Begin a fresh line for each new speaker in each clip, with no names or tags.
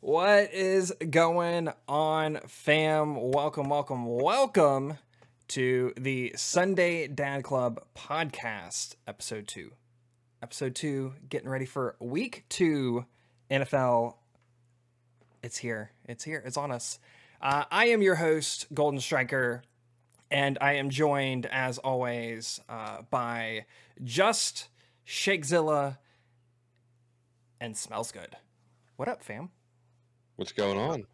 What is going on, fam? Welcome, welcome, welcome to the Sunday Dad Club podcast, episode two. Episode two, getting ready for week two NFL. It's here. It's here. It's on us. Uh, I am your host, Golden Striker, and I am joined, as always, uh, by Just Shakezilla and Smells Good. What up, fam?
What's going on?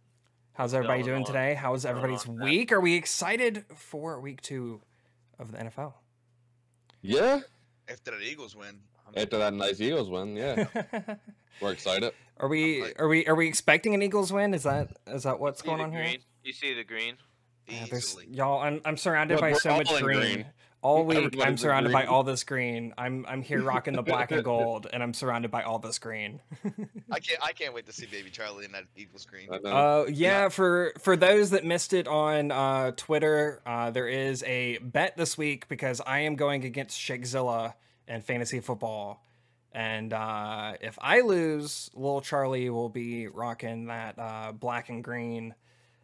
How's everybody
going
doing
on?
today? How's
going
everybody's
on, Zach?
week? Are we excited for week two of the NFL?
Yeah,
after the Eagles win. I'm
after that nice Eagles win, yeah, we're excited.
are we
like-
are we are we expecting an Eagles win? Is that is that what's
See the
going on here?
green? You see the green?
Yeah, there's,
easily.
y'all, I'm I'm surrounded
Look,
by
we're
so much
all in
green.
green.
All week,
Everybody's
I'm
in
surrounded by
green.
all this green. I'm I'm here rocking the black and gold, and I'm surrounded by all this green.
I can't. I can't wait to see Baby Charlie in that Eagles green.
I know.
Uh, yeah, for for those that missed it on uh, Twitter, uh, there is a bet this week because I am going against Shakezilla in fantasy football, and uh, if I lose, Lil Charlie will be rocking that uh, black and green.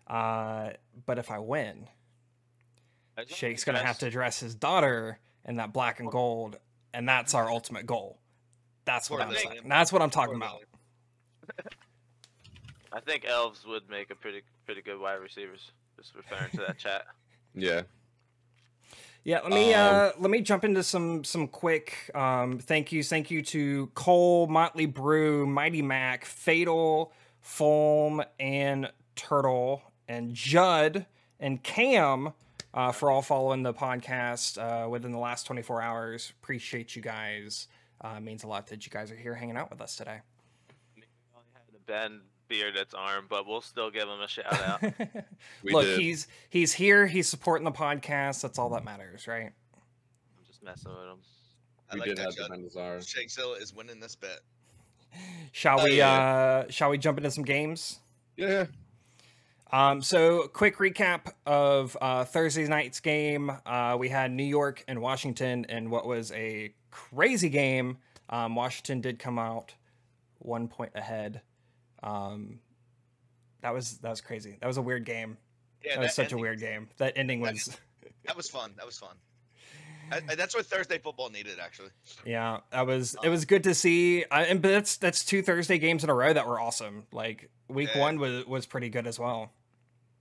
Uh, but if I win,
As long as
Shake's
you
gonna have
guys-
to dress his daughter in that black and gold, and that's our ultimate goal. That's what
Poor
I'm
thing.
saying. That's what I'm talking
Poor
about.
I think elves would make a pretty pretty good wide receivers. Just referring to that chat.
yeah,
Yeah, let me uh,
Um,
let me jump into some some quick um, thank yous. Thank you to Cole, Motley Brew, Mighty Mac, Fatal, Foam, and Turtle, and Judd and Cam uh, for all following the podcast uh, within the last 24 hours. Appreciate you guys. Uh, it means a lot that you guys are here hanging out with us today.
We only had the Ben Beard that's armed, but we'll still give him a shout out.
we
Look,
did.
he's he's here. He's supporting the podcast. That's all that matters, right?
I'm just messing with him.
I
we
like
did
that
have the
shot.
Bendazar.
Shakezilla is winning this bet.
Shall
Oh,
we?
yeah.
Uh, shall we jump into some games?
Yeah,
Um, so, quick recap of uh, Thursday night's game. Uh, we had New York and Washington, and what was a crazy game. Um, Washington did come out one point ahead. Um, that was that was crazy. That was a weird game.
Yeah,
that was such a
ending-
weird game. That ending
that
was,
That was fun. That was fun. I, I- that's what Thursday football needed, actually.
yeah, that was it was good to see. I, and but that's that's two Thursday games in a row that were awesome. Like week
Yeah.
one was was pretty good as well.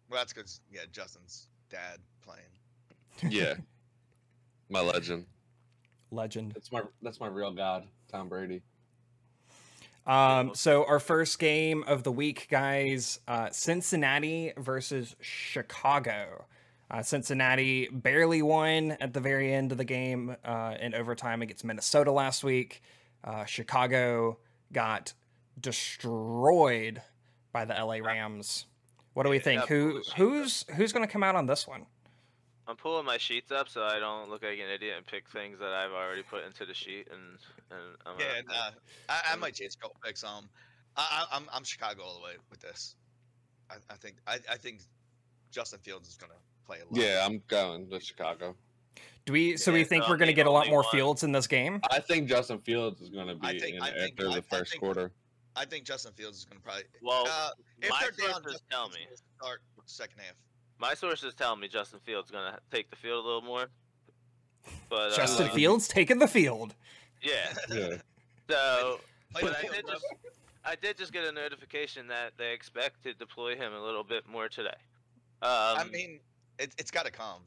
Well, that's because yeah, Justin's dad playing.
yeah. My legend.
Legend.
That's my that's my real god, Tom Brady.
Um, so our first game of the week, guys, uh, Cincinnati versus Chicago. Uh, Cincinnati barely won at the very end of the game uh, in overtime against Minnesota last week. Uh, Chicago got destroyed by the LA Rams. What do we think? Who who's who's going to come out on this one?
I'm pulling my sheets up so I don't look like an idiot and pick things that I've already put into the sheet and and
Uh,
I'm
Yeah,
gonna-
nah, I, I
Um,
might change a couple picks. Um, I, I, I'm I'm Chicago all the way with this. I, I think I, I think Justin Fields is gonna play a lot.
Yeah, I'm going to Chicago.
Do we so we
Yeah,
think
no,
we're going to
the
get a lot
only
more
one-
fields in this game?
I think Justin Fields is going to
I
be
think-
in
I think-
after
I- I
the first
think-
quarter.
I think Justin Fields is gonna probably.
Oh.
Well,
uh, if
my
they're down,
sources
Justin
tell
Fields
me.
is gonna start second half.
My sources tell me Justin Fields gonna take the field a little more. But
Justin
uh,
Fields taking the field.
Yeah.
Yeah,
So
Play
But
the
I
field,
did
bro.
just, I did just get a notification that they expect to deploy him a little bit more today. Um,
I mean, it, it's got to come.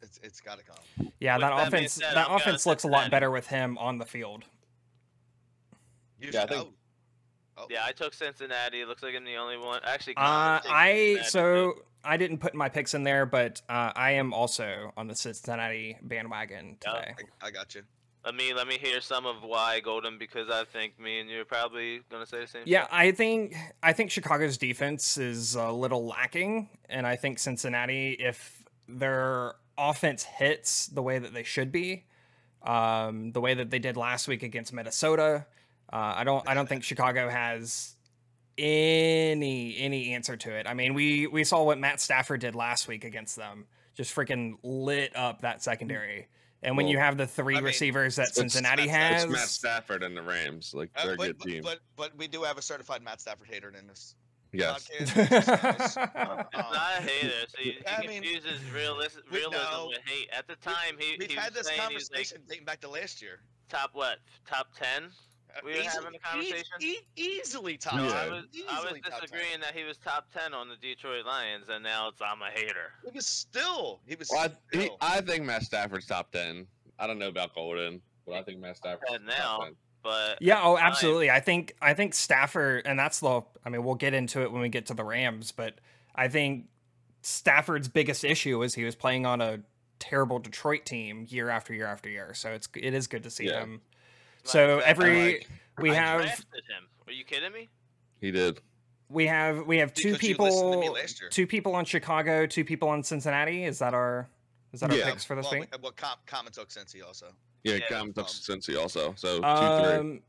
It's it's got to come.
Yeah,
With
that,
that being
offense
said,
that
I'm going
offense looks a lot
Cincinnati.
better with him on the field.
You
Yeah, I
should-
think-
oh, oh,
yeah, I took Cincinnati. Looks like I'm the only one. Actually,
Uh,
Connor takes
I
Cincinnati,
so I didn't put my picks in there, but uh, I am also on the Cincinnati bandwagon
Yeah.
today.
I, I got you.
Let me let me hear some of why Golden because I think me and you are probably gonna say the same.
Yeah, I think I think Chicago's defense is a little lacking, and I think Cincinnati, if their offense hits the way that they should be, um, the way that they did last week against Minnesota, uh, I don't I don't think Chicago has any any answer to it. I mean, we we saw what Matt Stafford did last week against them, just freaking lit up that secondary. And when you
Well,
have the three
I mean,
receivers that
it's- it's
Cincinnati
Matt-
has,
it's Matt Stafford and the Rams. Like
Uh,
they're a
but,
good
but,
team.
but but we do have a certified Matt Stafford hater in this Um,
Yes.
podcast.
It's not a hater. So you, he
I mean,
confuses realism,
we-
realism
no.
with hate. At the time, he,
We've
he
had this
was saying he's like
conversation dating back to last year.
top what? Top ten?
Uh,
We were having a conversation?
E- easily top.
No,
No,
Yeah.
I
ten.
was,
easily
I was
top ten.
disagreeing that he was top ten on the Detroit Lions, and now it's I'm a hater.
He was still. He was.
Well, I, he,
still.
I think Matt Stafford's top ten. I don't know about Golden, but I think Matt Stafford's
Right now.
top ten.
But
Yeah, oh, absolutely. I think I think Stafford, and that's the. I mean, we'll get into it when we get to the Rams, but I think Stafford's biggest issue is he was playing on a terrible Detroit team year after year after year. So it's it is good to see
Yeah.
him.
like,
So
that-
every
I like-
we
I
have
drafted him. Are you kidding me?
He did.
we have we have two
Because you listened to me
people,
last year.
two people on Chicago, two people on Cincinnati. Is that our is that our
Yeah.
picks for this
well,
week?
we- well, Com- Common took Cincy also.
Yeah,
Yeah,
Cam took
um,
Cincy also. So two three.
Um,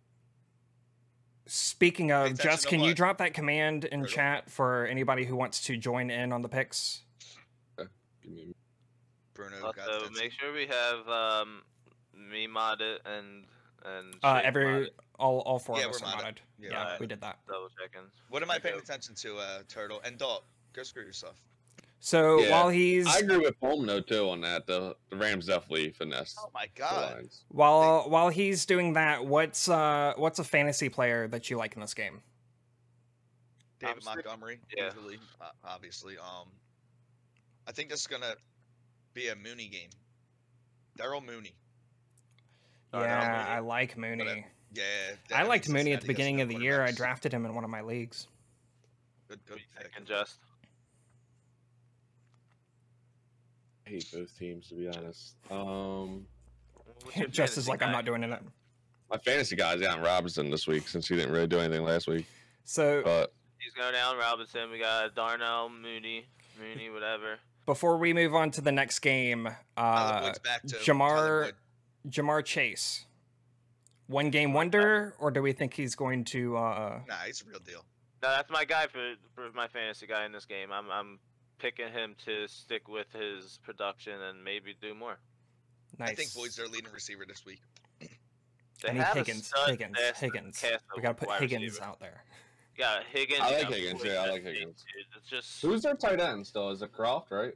speaking
Hey,
of,
Tex,
Jess,
you know
can you
what?
drop that command in
Brutal.
chat for anybody who wants to join in on the picks?
Give me-
Bruno got
Also,
Cincy.
make sure we have um, me modded and and
Uh,
Shake
every
modded.
all, all four
Yeah,
of us
we're
are
modded.
modded. Yeah,
Yeah,
we're
we did that.
double checking.
What am I
Okay.
paying attention to, uh, Turtle and Dalt? Go screw yourself.
So
Yeah.
while he's
I agree with Palm though too on that. The, the Rams definitely finessed
Oh my
the
god.
Lions.
while while he's doing that, what's uh what's a fantasy player that you like in this game?
David
I'm sick.
Montgomery,
Yeah.
easily, uh, obviously. Um, I think this is gonna be a Mooney game. Daryl Mooney.
Oh, no,
yeah,
Mooney.
I like Mooney.
uh, Yeah.
I
mean,
liked Mooney at the
Cincinnati has
beginning
no
of the year. I
quarterbacks.
drafted him in one of my leagues.
Good,
What
good
do you
pick.
thinking, Just?
I hate both teams to be honest. Um,
What's your
Just as
fantasy
like I'm
guy?
not doing it.
my fantasy guy's Allen Robinson this week since he didn't really do anything last week.
So
But
He's going down. Robinson. We got Darnell Mooney, Mooney, whatever.
before we move on to the next game,
Tyler
uh,
Boyd's back too. Tyler
Jamar-
Boyd.
Jamar Chase, one game wonder, or do we think he's going to? Uh,
Nah, he's a real deal.
No, that's my guy for, for my fantasy guy in this game. I'm I'm picking him to stick with his production and maybe do more.
nice.
I think Boyd's their leading receiver this week.
They
I need
have a
Higgins.
stud
Higgins.
best
Higgins.
cast
We
of
gotta put
wide
Higgins
receivers.
out there.
Yeah, Higgins.
I like
and
Higgins,
Boyd
yeah, I
at
like
safety,
Higgins.
dude. It's just
who's their tight end still? Is it Croft? Right?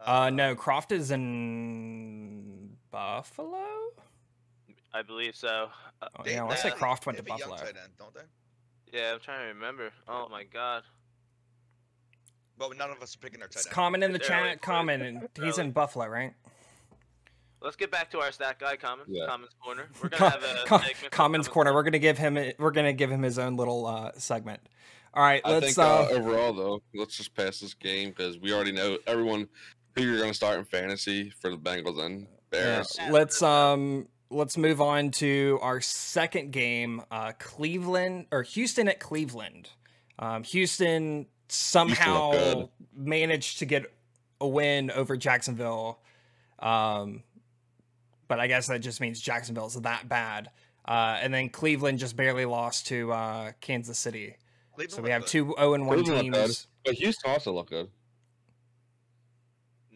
Uh, no, Croft is in Buffalo.
I believe so. Uh,
Oh,
They-
yeah, I want to
they-
say Croft went
they
to
have a young
Buffalo.
tight end, don't they?
yeah, I'm trying to remember. Oh my god.
Well, none of us are picking their tight
It's
end.
comment in the
It's early.
chat. Comment. and He's in Buffalo, right?
Let's get back to our stat guy, Common.
Yeah.
Commons corner. We're gonna have a
Com-
segment for
Commons
Common-
corner. We're gonna give him. We're gonna give him his own little uh, segment. All right,
I
let's.
think
uh,
uh, overall though, let's just pass this game because we already know everyone who you're going to start in fantasy for the Bengals and
Yeah.
Bears.
Yeah.
Let's um let's move on to our second game, uh Cleveland or Houston at Cleveland. Um Houston somehow
good.
managed to get a win over Jacksonville. Um but I guess that just means Jacksonville's that bad. Uh, and then Cleveland just barely lost to uh, Kansas City.
Cleveland
So we
looked
have
good.
two 0 and 1
Cleveland looked
teams.
But Houston also looked good.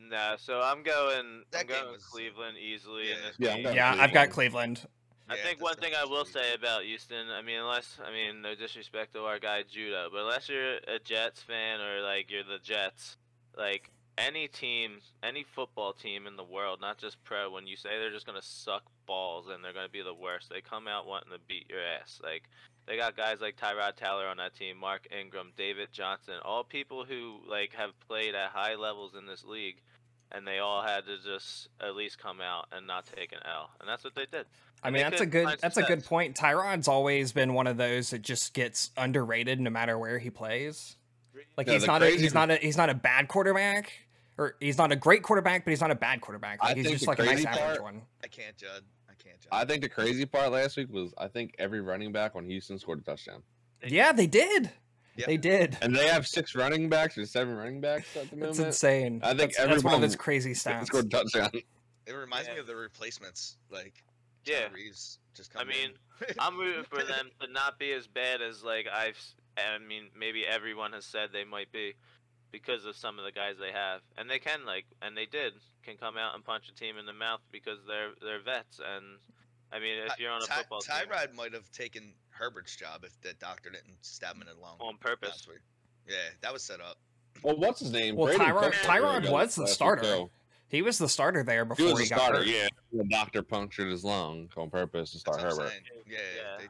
Nah, so I'm going. I'm
That game
going
was-
Cleveland easily
yeah.
in this
Yeah, I'm
game.
going
Yeah, I've got Cleveland.
I
Yeah,
think
that's
one
gonna
thing I
be
will
sweet.
say about Houston, I mean, unless, I mean, no disrespect to our guy Judah, but unless you're a Jets fan or like you're the Jets, like any team, any football team in the world, not just pro, when you say they're just gonna suck balls and they're gonna be the worst, they come out wanting to beat your ass. Like they got guys like Tyrod Taylor on that team, Mark Ingram, David Johnson, all people who like have played at high levels in this league. And they all had to just at least come out and not take an L, and that's what they did.
I
And
mean,
they
that's a
could
good
find
that's a good
success.
point. Tyrod's always been one of those that just gets underrated no matter where he plays. Like
Yeah,
he's
the
not a,
crazy-
he's not a he's not a bad quarterback or he's not a great quarterback, but he's not a bad quarterback.
I
Like, he's
think
just
the
like a nice
crazy
average
part-
one.
I can't judge. I can't judge.
I think the crazy part last week was I think every running back on Houston scored a touchdown.
Yeah, they did.
Yeah.
They did.
And they have six running backs or seven running backs at the
That's
moment.
insane.
I think
that's, that's one of
everyone
those crazy
They
stats.
Scored a touchdown.
it reminds me
Yeah.
of the replacements, like John
Yeah,
Reeves just
I
coming. in.
mean, I'm rooting for them to not be as bad as like I've. s- I mean, maybe everyone has said they might be, because of some of the guys they have, and they can like, and they did, can come out and punch a team in the mouth because they're they're vets, and I mean, if
Ty-
you're on a
Ty-
football team
Tyrod might have taken Herbert's job if the doctor didn't stab him in the lung
on purpose,
last week. Yeah, that was set up.
Well, what's his name?
Well,
Braden
Tyrod-
Custer
Tyrod
got
was the
last
starter
week, though.
He was the starter there
He
before
was the
got
starter,
hurt.
yeah. The doctor punctured his lung on purpose to
That's
start
what I'm
Herbert.
saying. Yeah,
Yeah.
they-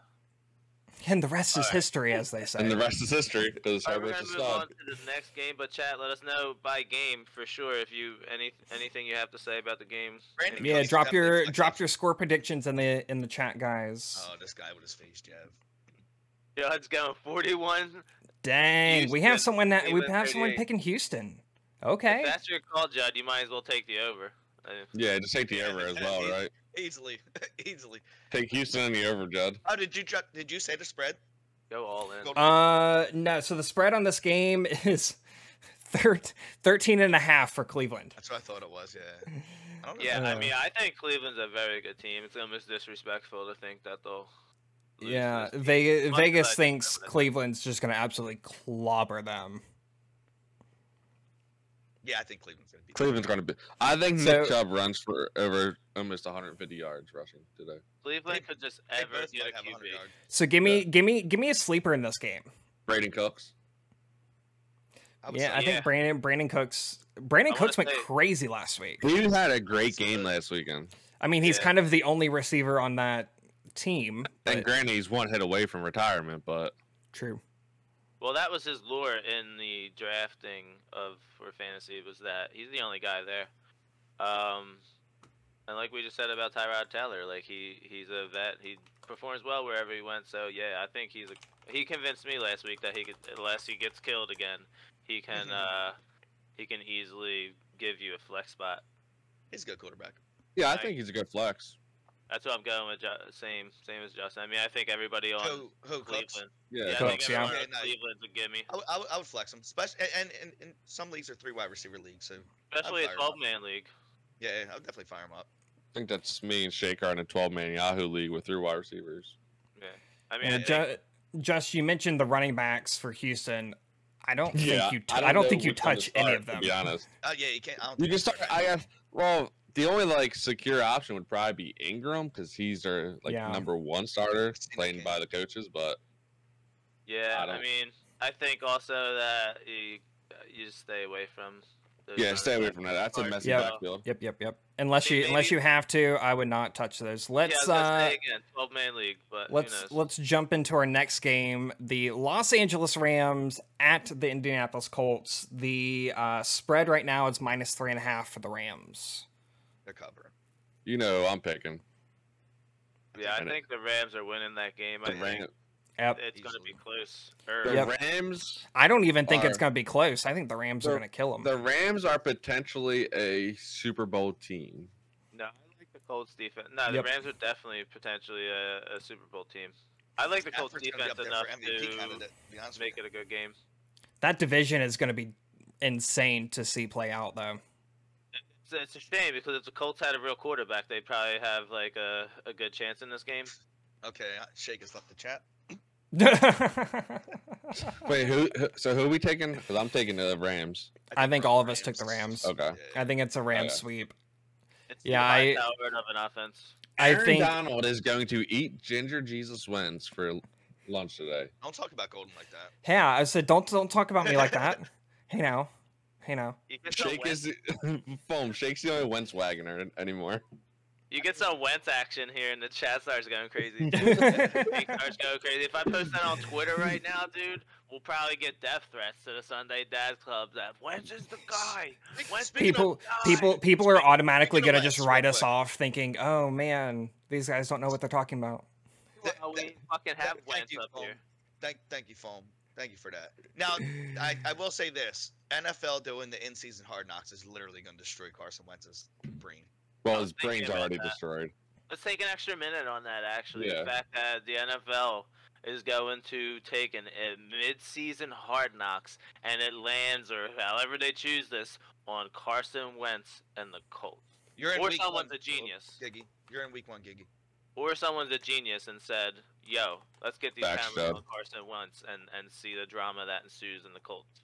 And the rest is
Alright.
history, as they say.
And the rest is history because
All right, we're
Herbert's
gonna
a
move on
stud.
to the next game, but chat, let us know by game for sure if you any anything you have to say about the game.
Brandon
Any-
yeah,
Cooks
drop
definitely
your
sucked.
drop your score predictions in the in the chat, guys.
Oh, this guy with his face jab.
Judd's going 41.
Dang, we have
Houston,
someone that we
Cleveland
have someone
38.
picking Houston. Okay,
If that's your call, Judd. You might as well take the over. Uh,
Yeah, just take the
Yeah,
over as
yeah,
well,
yeah.
right?
Easily, easily.
Take Houston and the over, Judd.
Oh, did you drop, did you say the spread?
Go all in.
Go-
Uh no, so the spread on this game is thir- 13 and a half for Cleveland.
That's what I thought it was. Yeah. I don't know.
Yeah, I
Uh,
mean, I think Cleveland's a very good team. It's almost disrespectful to think that they'll. lose to
Yeah,
this team.
Vegas,
Much as I
Vegas
think
thinks
that-
Cleveland's just going to absolutely clobber them.
Yeah, I think Cleveland's gonna be.
Cleveland's going to be. I think
So-
Nick Chubb runs for over almost 150 yards rushing today.
Cleveland
They-
could just
They
ever
both
get
might
a
have 100
QB.
yards.
So give me give me give me a sleeper in this game.
Braden Cooks.
I would
Yeah, I
say-
think
Yeah.
Brandon Brandon Cooks Brandon
I wanna
Cooks went
say-
crazy last week.
He had a great
So-
game last weekend.
I mean, he's
Yeah.
kind of the only receiver on that team.
And
but-
granted, he's one hit away from retirement, but
true.
Well, that was his lure in the drafting of for fantasy was that he's the only guy there. Um, and like we just said about Tyrod Taylor, like he he's a vet. He performs well wherever he went. So yeah, I think he's a, he convinced me last week that he could unless he gets killed again, he can uh he can easily give you a flex spot.
he's a good quarterback.
yeah, I
Like-
think he's a good flex.
That's what I'm going with. Jo- same same as Justin. I mean, I think everybody on
Who, who Cooks?
Cleveland.
Yeah,
Yeah, I
Cooks,
think
yeah.
everyone on
Yeah, no.
Cleveland would give me.
I would- I would- I would flex him, especially and, and, and some leagues are three wide receiver leagues, so
Especially a
fire him up.
12 man league.
yeah, yeah, I would definitely fire him up.
I think that's me and Shaker in a 12 man Yahoo league with three wide receivers.
Yeah. I mean, I
And
think-
Ju- Just you mentioned the running backs for Houston. I don't think you t- I don't,
know
think you
which one to
touch any
start,
of them.
To be honest,
Oh yeah, you can't. I don't
you
think
can start.
he's-
I guess. Well, the only like secure option would probably be Ingram because he's their like
Yeah.
number one starter
Seen that
playing
game.
by the coaches. But
Yeah,
I
I,
don't-
mean, I think also that you you just stay away from. those
yeah,
other
stay away
guys.
from that. That's a
Or-
messy
Yeah.
backfield.
Yep, yep, yep. Unless you
Maybe-
unless you have to, I would not touch those.
Yeah, I
Let's
was gonna
uh
say again, twelve man league, but who
let's
knows?
let's jump into our next game. The Los Angeles Rams at the Indianapolis Colts. The uh, spread right now is minus three and a half for the Rams.
they're covering.
You know, I'm picking
yeah, I
And-
think the Rams are winning that game.
the
I think
Rams.
Yep.
it's going to be
Easily.
close.
The
Or,
Yep.
Rams.
I don't even think it's
Are-
going to be close. I think the Rams are
The-
going to kill them.
The Rams are potentially a Super Bowl team.
No, I like the Colts defense. No, the
Yep.
Rams are definitely potentially a, a Super Bowl team. I like the Colts
Stafford's gonna be
defense
up there
enough
for MVP
to
candidate, to be honest with
make
you.
it a good game.
that division is going to be insane to see play out, though.
It's, it's a shame because if the Colts had a real quarterback, they'd probably have like a, a good chance in this game.
Okay, uh, Shake has left the chat.
Wait, who? who so who are we taking? Because I'm taking the Rams.
I think
we're
all of us took the Rams.
Okay.
I think it's a Ram
Okay.
sweep.
It's
Yeah, I-
the Howard of an offense.
I
Aaron
think
Donald is going to eat Ginger Jesus wins for lunch today.
Don't talk about Golden like that.
Yeah, I said don't don't talk about me like that. hey now, hey now.
You get some
Shake is foam. Shake's the only Wentz wagoner anymore.
You get some Wentz action here, and the chat starts going crazy. dude. It starts
yeah,
going crazy. If I post that on Twitter right now, dude, we'll probably get death threats to the Sunday Dad Club. That Wentz is the guy. Wentz is the
People-
guy."
people people are automatically
Speaking
gonna
of
just
Wentz,
write
real
us
quick.
off, thinking, "Oh man, these guys don't know what they're talking about."
Well, we fucking have
Thank
Wentz
you,
up
Foam.
here.
Thank, thank you, Foam. Thank you for that. Now, Uh, I, I will say this: NFL doing the in-season hard knocks is literally going to destroy Carson Wentz's brain.
Well,
I
his
was thinking
brain's
about
already
that.
destroyed.
Let's take an extra minute on that, actually.
Yeah.
The fact that the NFL is going to take an, a mid-season hard knocks, and it lands, or however they choose this, on Carson Wentz and the Colts.
You're in
Or
week
someone's
one,
a genius.
Giggy. You're in week one, Giggy.
or someone's a genius and said, "Yo, let's get these
Facts,
cameras
though.
on Carson once and and see the drama that ensues in the Colts."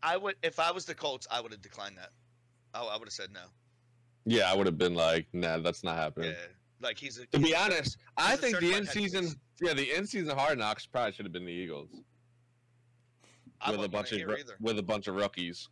I would, if I was the Colts, I would have declined that. Oh, I, I would have said no.
Yeah, I would have been like, nah, that's not
Yeah,
happening.
like he's. A,
To
he's
be
a-
honest, I
he's a
think the
certified
in
head
season,
coach.
yeah, the in season hard knocks probably should have been the Eagles.
I
with a
wouldn't want
bunch
it
of
here
ru-
either.
with a bunch of rookies.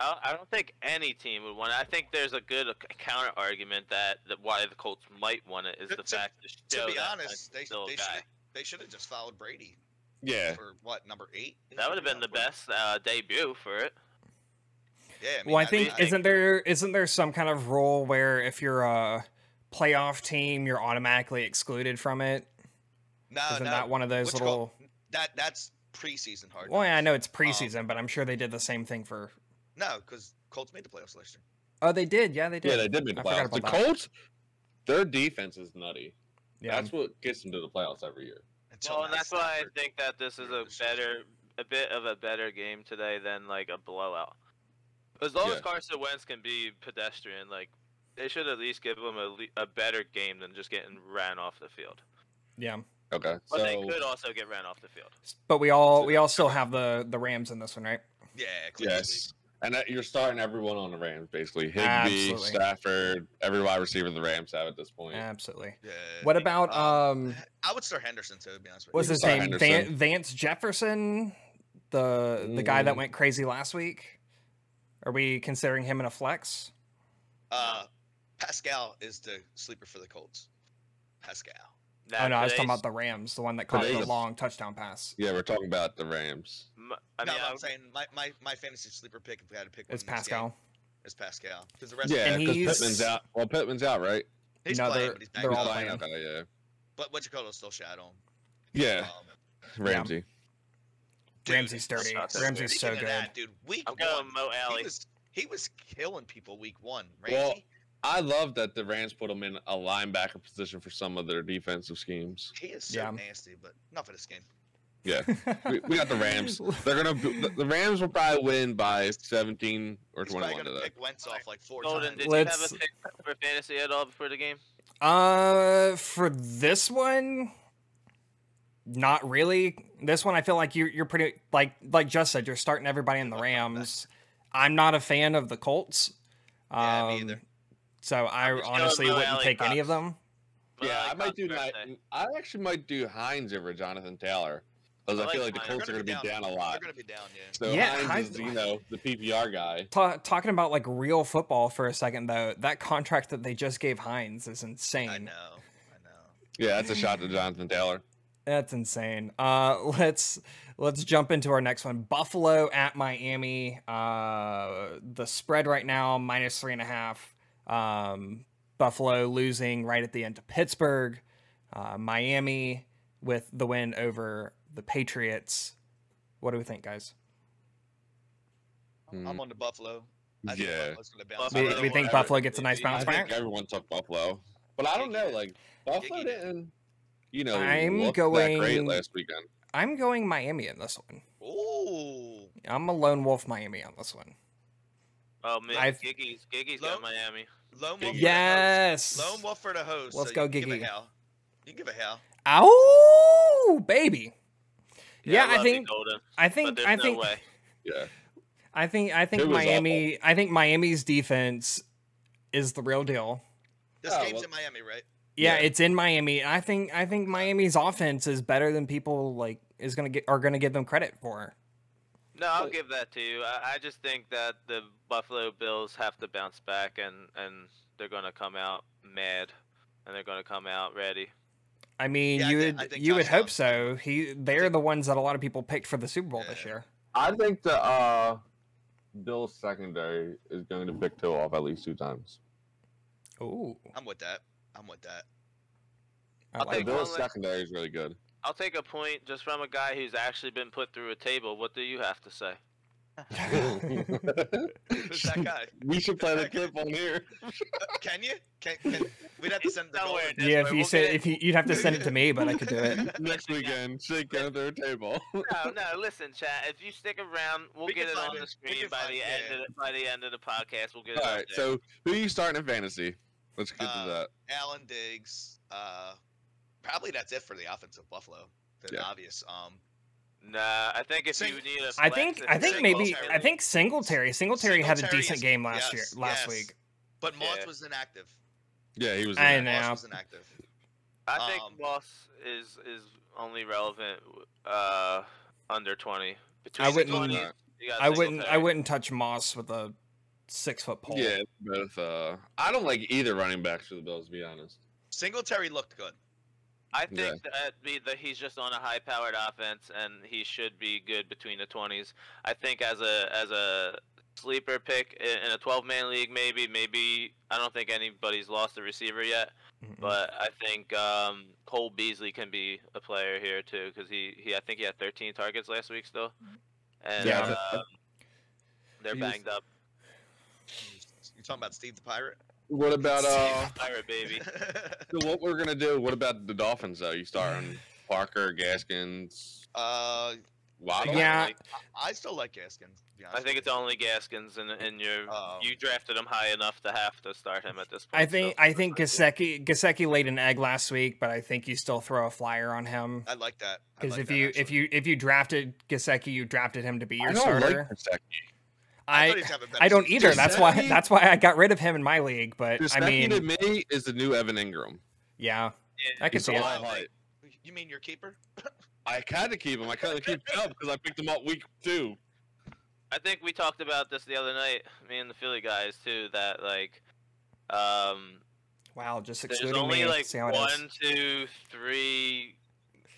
I don't- I don't think any team would want it. I think there's a good counter argument that, that why the Colts might want it is
To-
the
to-
fact to
To
show
be
that
honest, they
still a
they
guy.
should they should have just followed Brady
Yeah,
for what number eight.
that would have been the best uh, debut for it.
Yeah. I mean,
well, I think
I-
isn't there isn't there some kind of rule where if you're a playoff team, you're automatically excluded from it?
no,
Isn't
no,
that one of those
Uh, What's it
little?
called? that that's preseason hard.
Well, yeah, I
knocks.
know it's preseason, but I'm sure they did the same thing for.
No, because Colts made the playoffs last year.
Oh, they did. Yeah, they did.
yeah, they did make the
I forgot
playoffs. The
about that.
Colts, their defense is nutty.
Yeah.
That's what gets them to the playoffs every year.
Until
Well, and
Matt
that's why
Stafford-
I think that this is
during
a
the season.
better, a bit of a better game today than like a blowout. As long as
Yeah.
Carson Wentz can be pedestrian, like they should at least give him a, le- a better game than just getting ran off the field.
yeah.
Okay,
But
so
they could also get ran off the field.
But we all we all still have the the Rams in this one, right?
Yeah. clean sweep.
yes, and that, you're starting everyone on the Rams basically. Higby,
Absolutely.
Stafford, every wide receiver the Rams have at this point.
Absolutely.
Yeah.
What about
uh,
um?
I would start Henderson too. To be honest with
What's
you.
can
his
start
name? Van,
Henderson.
Vance Jefferson, the the guy that
Mm.
went crazy last week. Are we considering him in a flex?
Uh, Pascal is the sleeper for the Colts. Pascal.
Now,
oh no, I was talking
today's-
about the Rams, the one that caught the
Today's-
long touchdown pass.
Yeah, we're talking about the Rams.
m- I
no,
mean, I
I'm
would-
saying my, my, my fantasy sleeper pick if we had to pick one
It's
Mm,
in this game,
Pascal.
is Pascal because the rest
Yeah,
And
because
he's-
Pittman's out. Well, Pittman's out, right?
he's
no,
playing,
they're-
but he's back
they're
up.
all
He's playing.
playing.
Okay, yeah.
But what you call it, still shadow him.
Yeah,
Um,
Ramsey.
dude,
Ramsey's dirty.
not that
Ramsey's
speaking
so
of
good.
That, dude, week
I'm
one,
going Mo
he
Alley.
was he was killing people week one. Ramsey.
Well- I love that the Rams put him in a linebacker position for some of their defensive schemes.
he is so
Yeah.
nasty, but not for this game.
We, we got the Rams. They're gonna. The the Rams will probably win by 17 or
He's probably
21
gonna
today.
pick Wentz off like four
Golden,
times.
did you have
Let's-
a pick for fantasy at all before the game?
Uh, for this one, not really. This one, I feel like you're you're pretty like like Jess said, you're starting everybody in the Rams. I'm not a fan of the Colts. Um,
Yeah, me either.
So I
just going
honestly
Mo
wouldn't
Alley
take any of
props.
them.
Mo
Yeah,
Alley
I might
comes
do.
first
Ni-
day.
I actually might do Hines over Jonathan Taylor because
I
I, feel
like
like the
Hines.
Colts are
They're
gonna be
gonna be
down a
They're
lot.
gonna be down, yeah.
So
Yeah,
Hines is
Hines-
you know the PPR guy.
Ta- talking about like real football for a second though, that contract that they just gave Hines is insane.
I know, I know.
Yeah, that's a shot to Jonathan Taylor.
That's insane. Uh, let's let's jump into our next one. Buffalo at Miami. Uh, the spread right now minus three and a half. Um, Buffalo losing right at the end to Pittsburgh. Uh, Miami with the win over the Patriots. What do we think, guys?
I'm- I'm on the Buffalo. I think
Hmm, Mm. Yeah,
Buffalo's gonna bounce
We,
Buffalo
back.
we think
whatever.
Buffalo gets a nice
I
bounce
I
back.
think everyone took Buffalo, but I don't know. Like Buffalo
Iggy did.
didn't. You know,
I'm
look that
going-
great last weekend.
I'm going Miami in this one.
Ooh,
I'm a lone wolf Miami on this one.
Oh man,
I've-
Giggy's Giggy's
Low-
got Miami.
lone wolf.
Yes.
For the host. Lone wolf for the host.
Let's
so
go,
you can Give
Giggy.
a hell. You can give a hell.
Ow, baby. Yeah, I
love you,
think-
Golden,
I
but
think
there's
I
no
think
way.
Yeah,
I think I think
It was
Miami I think Miami's defense is the real deal.
This
Oh,
game's
well-
in Miami, right?
Yeah,
Yeah.
it's in Miami. I think I think Miami's offense is better than people like is gonna get are gonna give them credit for.
No, I'll
But-
give that to you. I, I just think that the Buffalo Bills have to bounce back, and and they're gonna come out mad, and they're gonna come out ready.
I mean,
Yeah, I
you
thi-
would
I think
you would
Josh Allen-
hope so. He they're the ones that a lot of people picked for the Super Bowl this
Yeah.
year.
I think the uh, Bills secondary is going to pick two off at least two times.
Ooh,
I'm with that. I'm with that.
I
I'll
The
like
take
that.
Bills
Conley-
secondary is really good.
I'll take a point just from a guy who's actually been put through a table. What do you have to say?
Who's that guy?
we should play the clip on here.
Can you? Can, can we'd have to send the
Nowhere
Golden.
near-
yeah,
That's
if
why
you
we'll
said
get it.
if you, you'd have to send it to me, but I could do it.
Next weekend, shake down their table.
No, no. Listen, chat. If you stick around, we'll
We
get
can
it
find
on
it.
the
We
screen
can
by
find-
the
yeah,
end
yeah.
of the, by the end of the podcast. We'll get it.
All
up
right,
there.
so who are you starting in fantasy? Let's get
Uh,
to that.
Allen Diggs. Uh, probably that's it for the offense of Buffalo. The
Yeah.
obvious. Um,
Nah, I think if
Sing-
you need a
I
flex,
think
if
I
you
think
need
maybe
Golden,
I think Singletary Singletary had a
Singletary
decent
is-
game last
yes,
year last
yes.
week.
but Moss
Yeah.
was inactive.
Yeah, he was.
I
in
know.
there.
Moss
Now-
was inactive.
I think
Um,
Moss is is only relevant uh, under twenty Between the
wouldn't-
20s, you got
I wouldn't. I
Singletary.
wouldn't touch Moss with a six foot pole.
Yeah, both. Uh, I don't like either running backs for the Bills. To be honest,
Singletary looked good.
I think that be that he's just on a high-powered offense, and he should be good between the twenties. I think as a as a sleeper pick i- in a twelve-man league, maybe maybe I don't think anybody's lost a receiver yet,
Mm-hmm.
Mm-mm.
but I think um, Cole Beasley can be a player here too because he, he I think he had thirteen targets last week still, and
Yeah,
um, they're
he was-
banged up.
You talking about Steve the Pirate?
What about uh?
Pirate baby.
so what we're gonna do? What about the Dolphins though? You start on Parker, Gaskins,
uh,
Waddle.
Yeah.
Like,
I still like Gaskins. to be honest
I think
with
it's only Gaskins, and and you're
Oh.
you drafted him high enough to have to start him at this point.
I think.
so-
I think Gasecki. Gasecki laid an egg last week, but I think you still throw a flyer on him
you. I like that. I
because
like
if
that,
you if
actually.
you if you drafted Gasecki, you drafted him to be your
I don't like
starter.
Gasecki.
I,
I.
thought he'd have a better
I don't
season.
either. That's why.
Gasecki-
That's why I got rid of him in my league. But I
Gasecki to
mean,
me is the new Evan Ingram.
yeah,
Yeah.
I could
He's
see
a
it.
lot of hype.
You mean your keeper?
I kind of keep him. I kind of keep him up because I picked him up week two.
I think we talked about this the other night, me and the Philly guys too. That like, um,
Wow, just
there's
excluding
only
me.
like
see how it is.
one, two, three,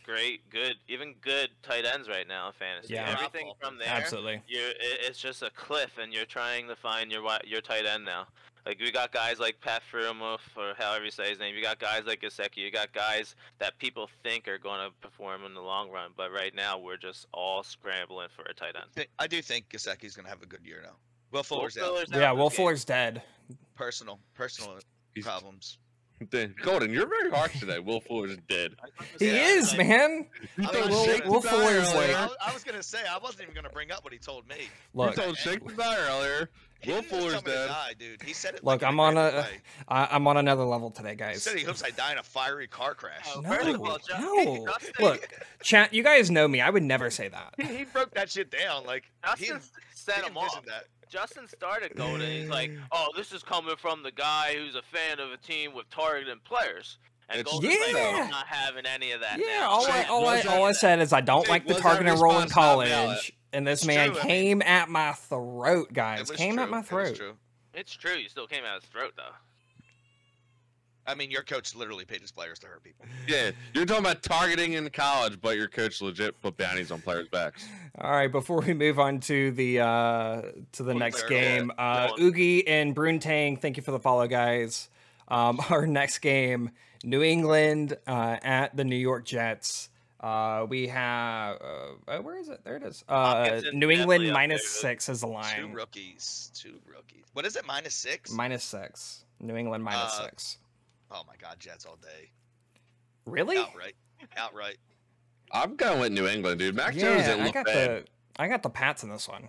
great, good, even good tight ends right now in fantasy.
Yeah.
Everything from there,
Absolutely.
you're it, it's just a cliff, and you're trying to find your wi- your tight end now. Like we got guys like Pat Firmouth, or however you say his name. You got guys like Gasecki. You got guys that people think are going to perform in the long run, but right now we're just all scrambling for a tight end.
Th- I do think Gasecki's gonna have a good year now. Will Fuller's out.
Fuller's out
Yeah,
this
Will
game.
Fuller's dead.
Personal, personal
He's
problems.
dead. Golden, you're very harsh today. Will Fuller's dead.
He
Yeah,
is,
like-
man.
You
I
told
mean,
Shake
Will- Will
to die
Fuller's like-
earlier.
I, I was gonna say I wasn't even gonna bring up what he told me.
Look,
You told Shake to die earlier.
He
Will
didn't even tell
Fuller's
me to
dead.
die, dude. He said it.
Look,
like in
I'm on
aggressive
a-
way.
I, I'm on another level today,
He
guys.
said he hopes I die in a fiery car crash.
Oh,
No,
first of all, Ju-
no.
Justin-
Look, chat, you guys know me. I would never say that.
He, he broke that shit down. Like he,
Justin
he
set him off.
envisioned that.
Justin started going, and he's like, "Oh, this is coming from the guy who's a fan of a team with targeted players." And
It's-
Golden's like, "Oh,
Yeah.
I'm not having any of that.
Yeah,
now."
all I,
Shit,
all I,
was
all I
that-
said is I don't
Jake,
like the
was that
target and roll in
response not valid?
college, and this
It's
man
true, I mean-
came at my throat,
It
guys.
was
Came
true.
at my
It was
throat.
true.
It's true. You still came out of his throat, though.
I mean, your coach literally paid his players to hurt people.
Yeah, you're talking about targeting in college, but your coach legit put bounties on players' backs.
All right, before we move on to the uh, to the
Well,
next
there-
game, uh,
go on.
Oogie and Bruntang, thank you for the follow, guys. Um, our next game, New England uh, at the New York Jets. Uh, we have uh, oh, where is it? There it is. Uh,
Hopkinson
New
definitely
England
up
minus
there.
six is the
Two
line.
rookies. Two rookies. What is it? Minus six.
Minus six. New England minus
Uh,
six.
oh my God, Jets all day.
Really?
Outright. Outright.
I'm going with New England, dude. Mac Jones
Yeah,
didn't
I
look
got
bad.
the I got the Pats in this one.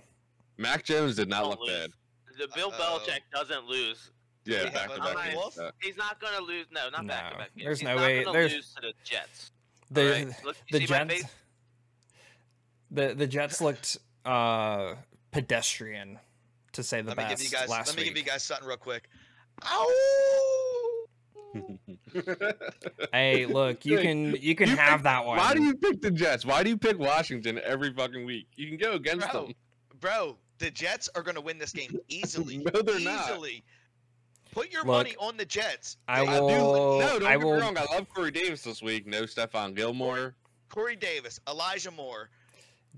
Mac Jones did not
Don't
look
lose.
bad.
The Bill
Uh-oh.
Belichick doesn't lose.
Yeah,
We
back to
have a
back.
nice-
against that.
He's not gonna lose. No, not back
No,
to back. games.
there's
He's
no
not
way-
Gonna
there's-
lose to the Jets.
The
alright? Look, you
the
see my
Jets
face?
the the Jets looked uh pedestrian to say the
Let me
best
give you guys.
last
Let me give you
week.
guys something real quick. Ow!
hey, look, you
Hey,
can you can
you
have
pick-
that one.
Why do you pick the Jets? Why do you pick Washington every fucking week? You can go against
Bro,
them.
Bro, the Jets are going to win this game easily.
No, they're not.
easily. Put your
Look,
money on the Jets.
I
They-
I do.
will-
No, don't
I
get
will-
me wrong. I love Corey Davis this week. No Stephon Gilmore.
Corey Davis, Elijah Moore.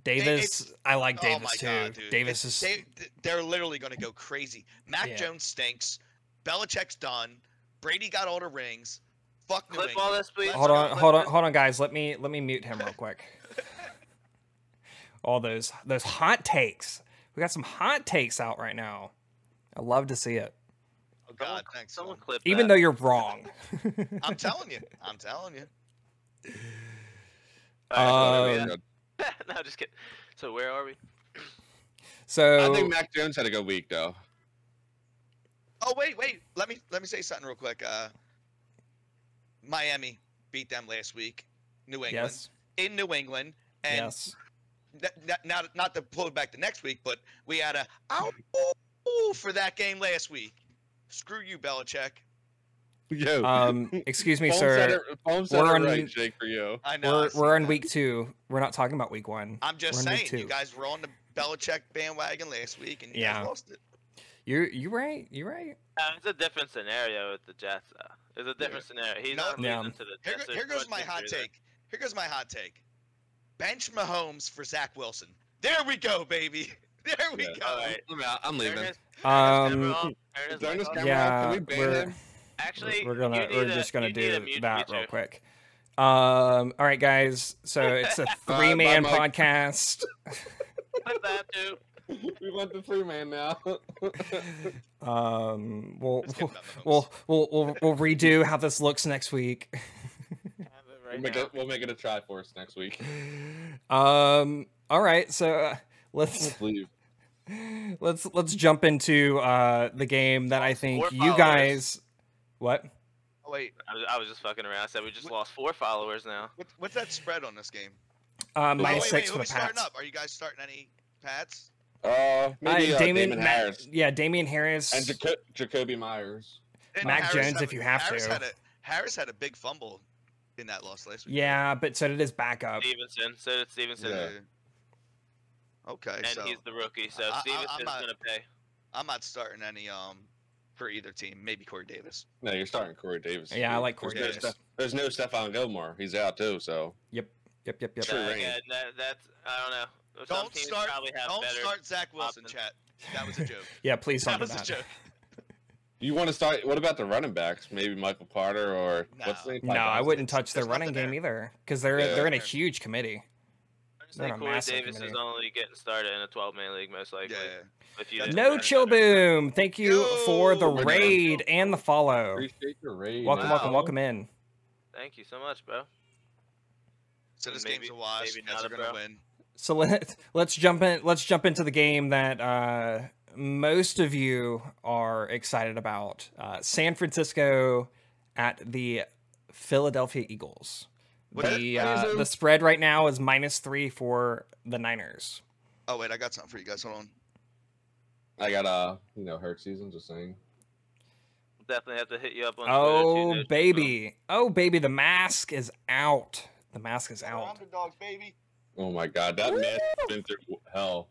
Davis, I like
oh
Davis
my
too.
God, dude.
Davis
They-
is
They, they're literally going to go crazy. Mac
Yeah.
Jones stinks. Belichick's done. Brady got all the rings. Fuck New
Clip all
England.
this, please.
Hold on,
Clip
hold on,
this.
hold on, guys. Let me let me mute him real quick. All those those hot takes. We got some hot takes out right now. I love to see it,
Oh, God, thanks.
Someone
Phil.
clip.
even though
that.
you're wrong.
I'm telling you. I'm telling you.
Alright, whatever,
Um,
yeah. no, just kidding. So where are we?
So
I think Mac Jones had a good week though.
Oh wait, wait. Let me let me say something real quick. Uh, Miami beat them last week. New England
yes,
in New England, and
yes.
n- not not to pull it back to next week, but we had a ow for that game last week. Screw you, Belichick.
Yo,
Um, excuse me,
Foam said
sir.
it- Foam said it
We're on-
right, Jake for you.
I know. I
We're
see
we're on
that.
week two. We're not talking about week one.
I'm just
we're on week
saying, you
two.
guys were on the Belichick bandwagon last week, and you guys
Yeah.
lost it.
You you right? You right?
Yeah, Uh, it's a different scenario with the Jets, though. It's a different scenario. He's
No,
not
Yeah.
losing to the
Here,
Jets.
go-
There's
here goes
no
my
team
hot
through there.
take. Here goes my hot take. Bench Mahomes for Zach Wilson. There we go, baby. There we
Yeah.
go.
Alright.
I'm out. I'm leaving.
Ernest- Ernest
Um,
Gabriel- Ernest
Is Ernest
Michael-
Cameron,
yeah,
can we ban
we're-
him?
Actually,
we're gonna
you need
we're
a-
just gonna
you need a
do
mute
that
feature.
real quick. Um, all right, guys. So it's a
bye,
three man
Mike.
podcast.
Clip that too.
we want the three man now.
Um, we'll
Let's get
we'll,
about Mahomes.
we'll we'll we'll we'll redo how this looks next week.
Have it
we'll,
right
make
now.
it, we'll make it a try for us next week.
Um, all right. So uh, let's
Let's leave.
let's let's jump into uh the game that I think
Four
you
followers.
guys. What?
Oh, wait,
I was, I was just fucking around. I said we just
What-
lost four followers now.
what, what's that spread on this game?
Uh,
Oh,
minus
wait, wait,
six
who
for
we
the
starting
Pats.
up? Are you guys starting any Pats?
Uh, maybe
Uh,
uh, Damon,
Ma-
Harris
Yeah, Damian Harris.
and Jaco- Jacoby Myers.
And
Mac
Harris
Jones
had
if
a-
you have
Harris
to.
Had a, Harris had a big fumble in that loss last week.
yeah, but so did his backup.
Stevenson. So did Stevenson.
Yeah.
Okay,
And
so
he's the rookie, so
I- I-
Stevenson's
I'm not-
gonna pay.
I'm not starting any um for either team. Maybe Corey Davis.
No, you're starting Corey Davis.
Yeah, I like Corey
There's no
Davis.
Steph- there's no Stefan Gilmore. He's out too. So
Yep, yep, yep.
True
Uh,
reign.
yeah, that, that's I don't know. Some
Don't
teams
start-
probably have
Don't
better.
start Zach Wilson,
options.
chat. That was a joke.
Yeah, please don't
that
do
was
that.
a joke.
you want to start? What about the running backs? Maybe Michael Carter or what's the
No.
name?
No, I
Tyson?
wouldn't
It's-
touch their
there's nothing
running game
there.
either because they're
Yeah.
they're in a
There.
huge committee.
Honestly,
not a
Corey
massive
Davis is
committee.
only getting started in a 12-man league, most likely.
Yeah.
If you
That's
didn't
No
know.
chill boom. Thank you for the
Yo!
We're done.
raid and the follow.
Appreciate your raid.
Welcome, welcome,
Wow.
welcome in.
Thank you so much, bro.
So this
Maybe-
game's a wash.
maybe
You guys
not
are
a
gonna
bro.
win.
So let let's jump in. Let's jump into the game that uh, most of you are excited about. Uh, San Francisco at the Philadelphia Eagles.
What is-
the
what is
uh,
it?
the spread right now is minus three for the Niners.
Oh wait, I got something for you guys. Hold on.
I got uh, you know, hurt season. Just saying.
Definitely have to hit you up on Twitter.
Oh
too, dude.
baby, oh baby, the mask is out. The mask is out.
Underdogs, baby.
Oh my God, that man's been through hell.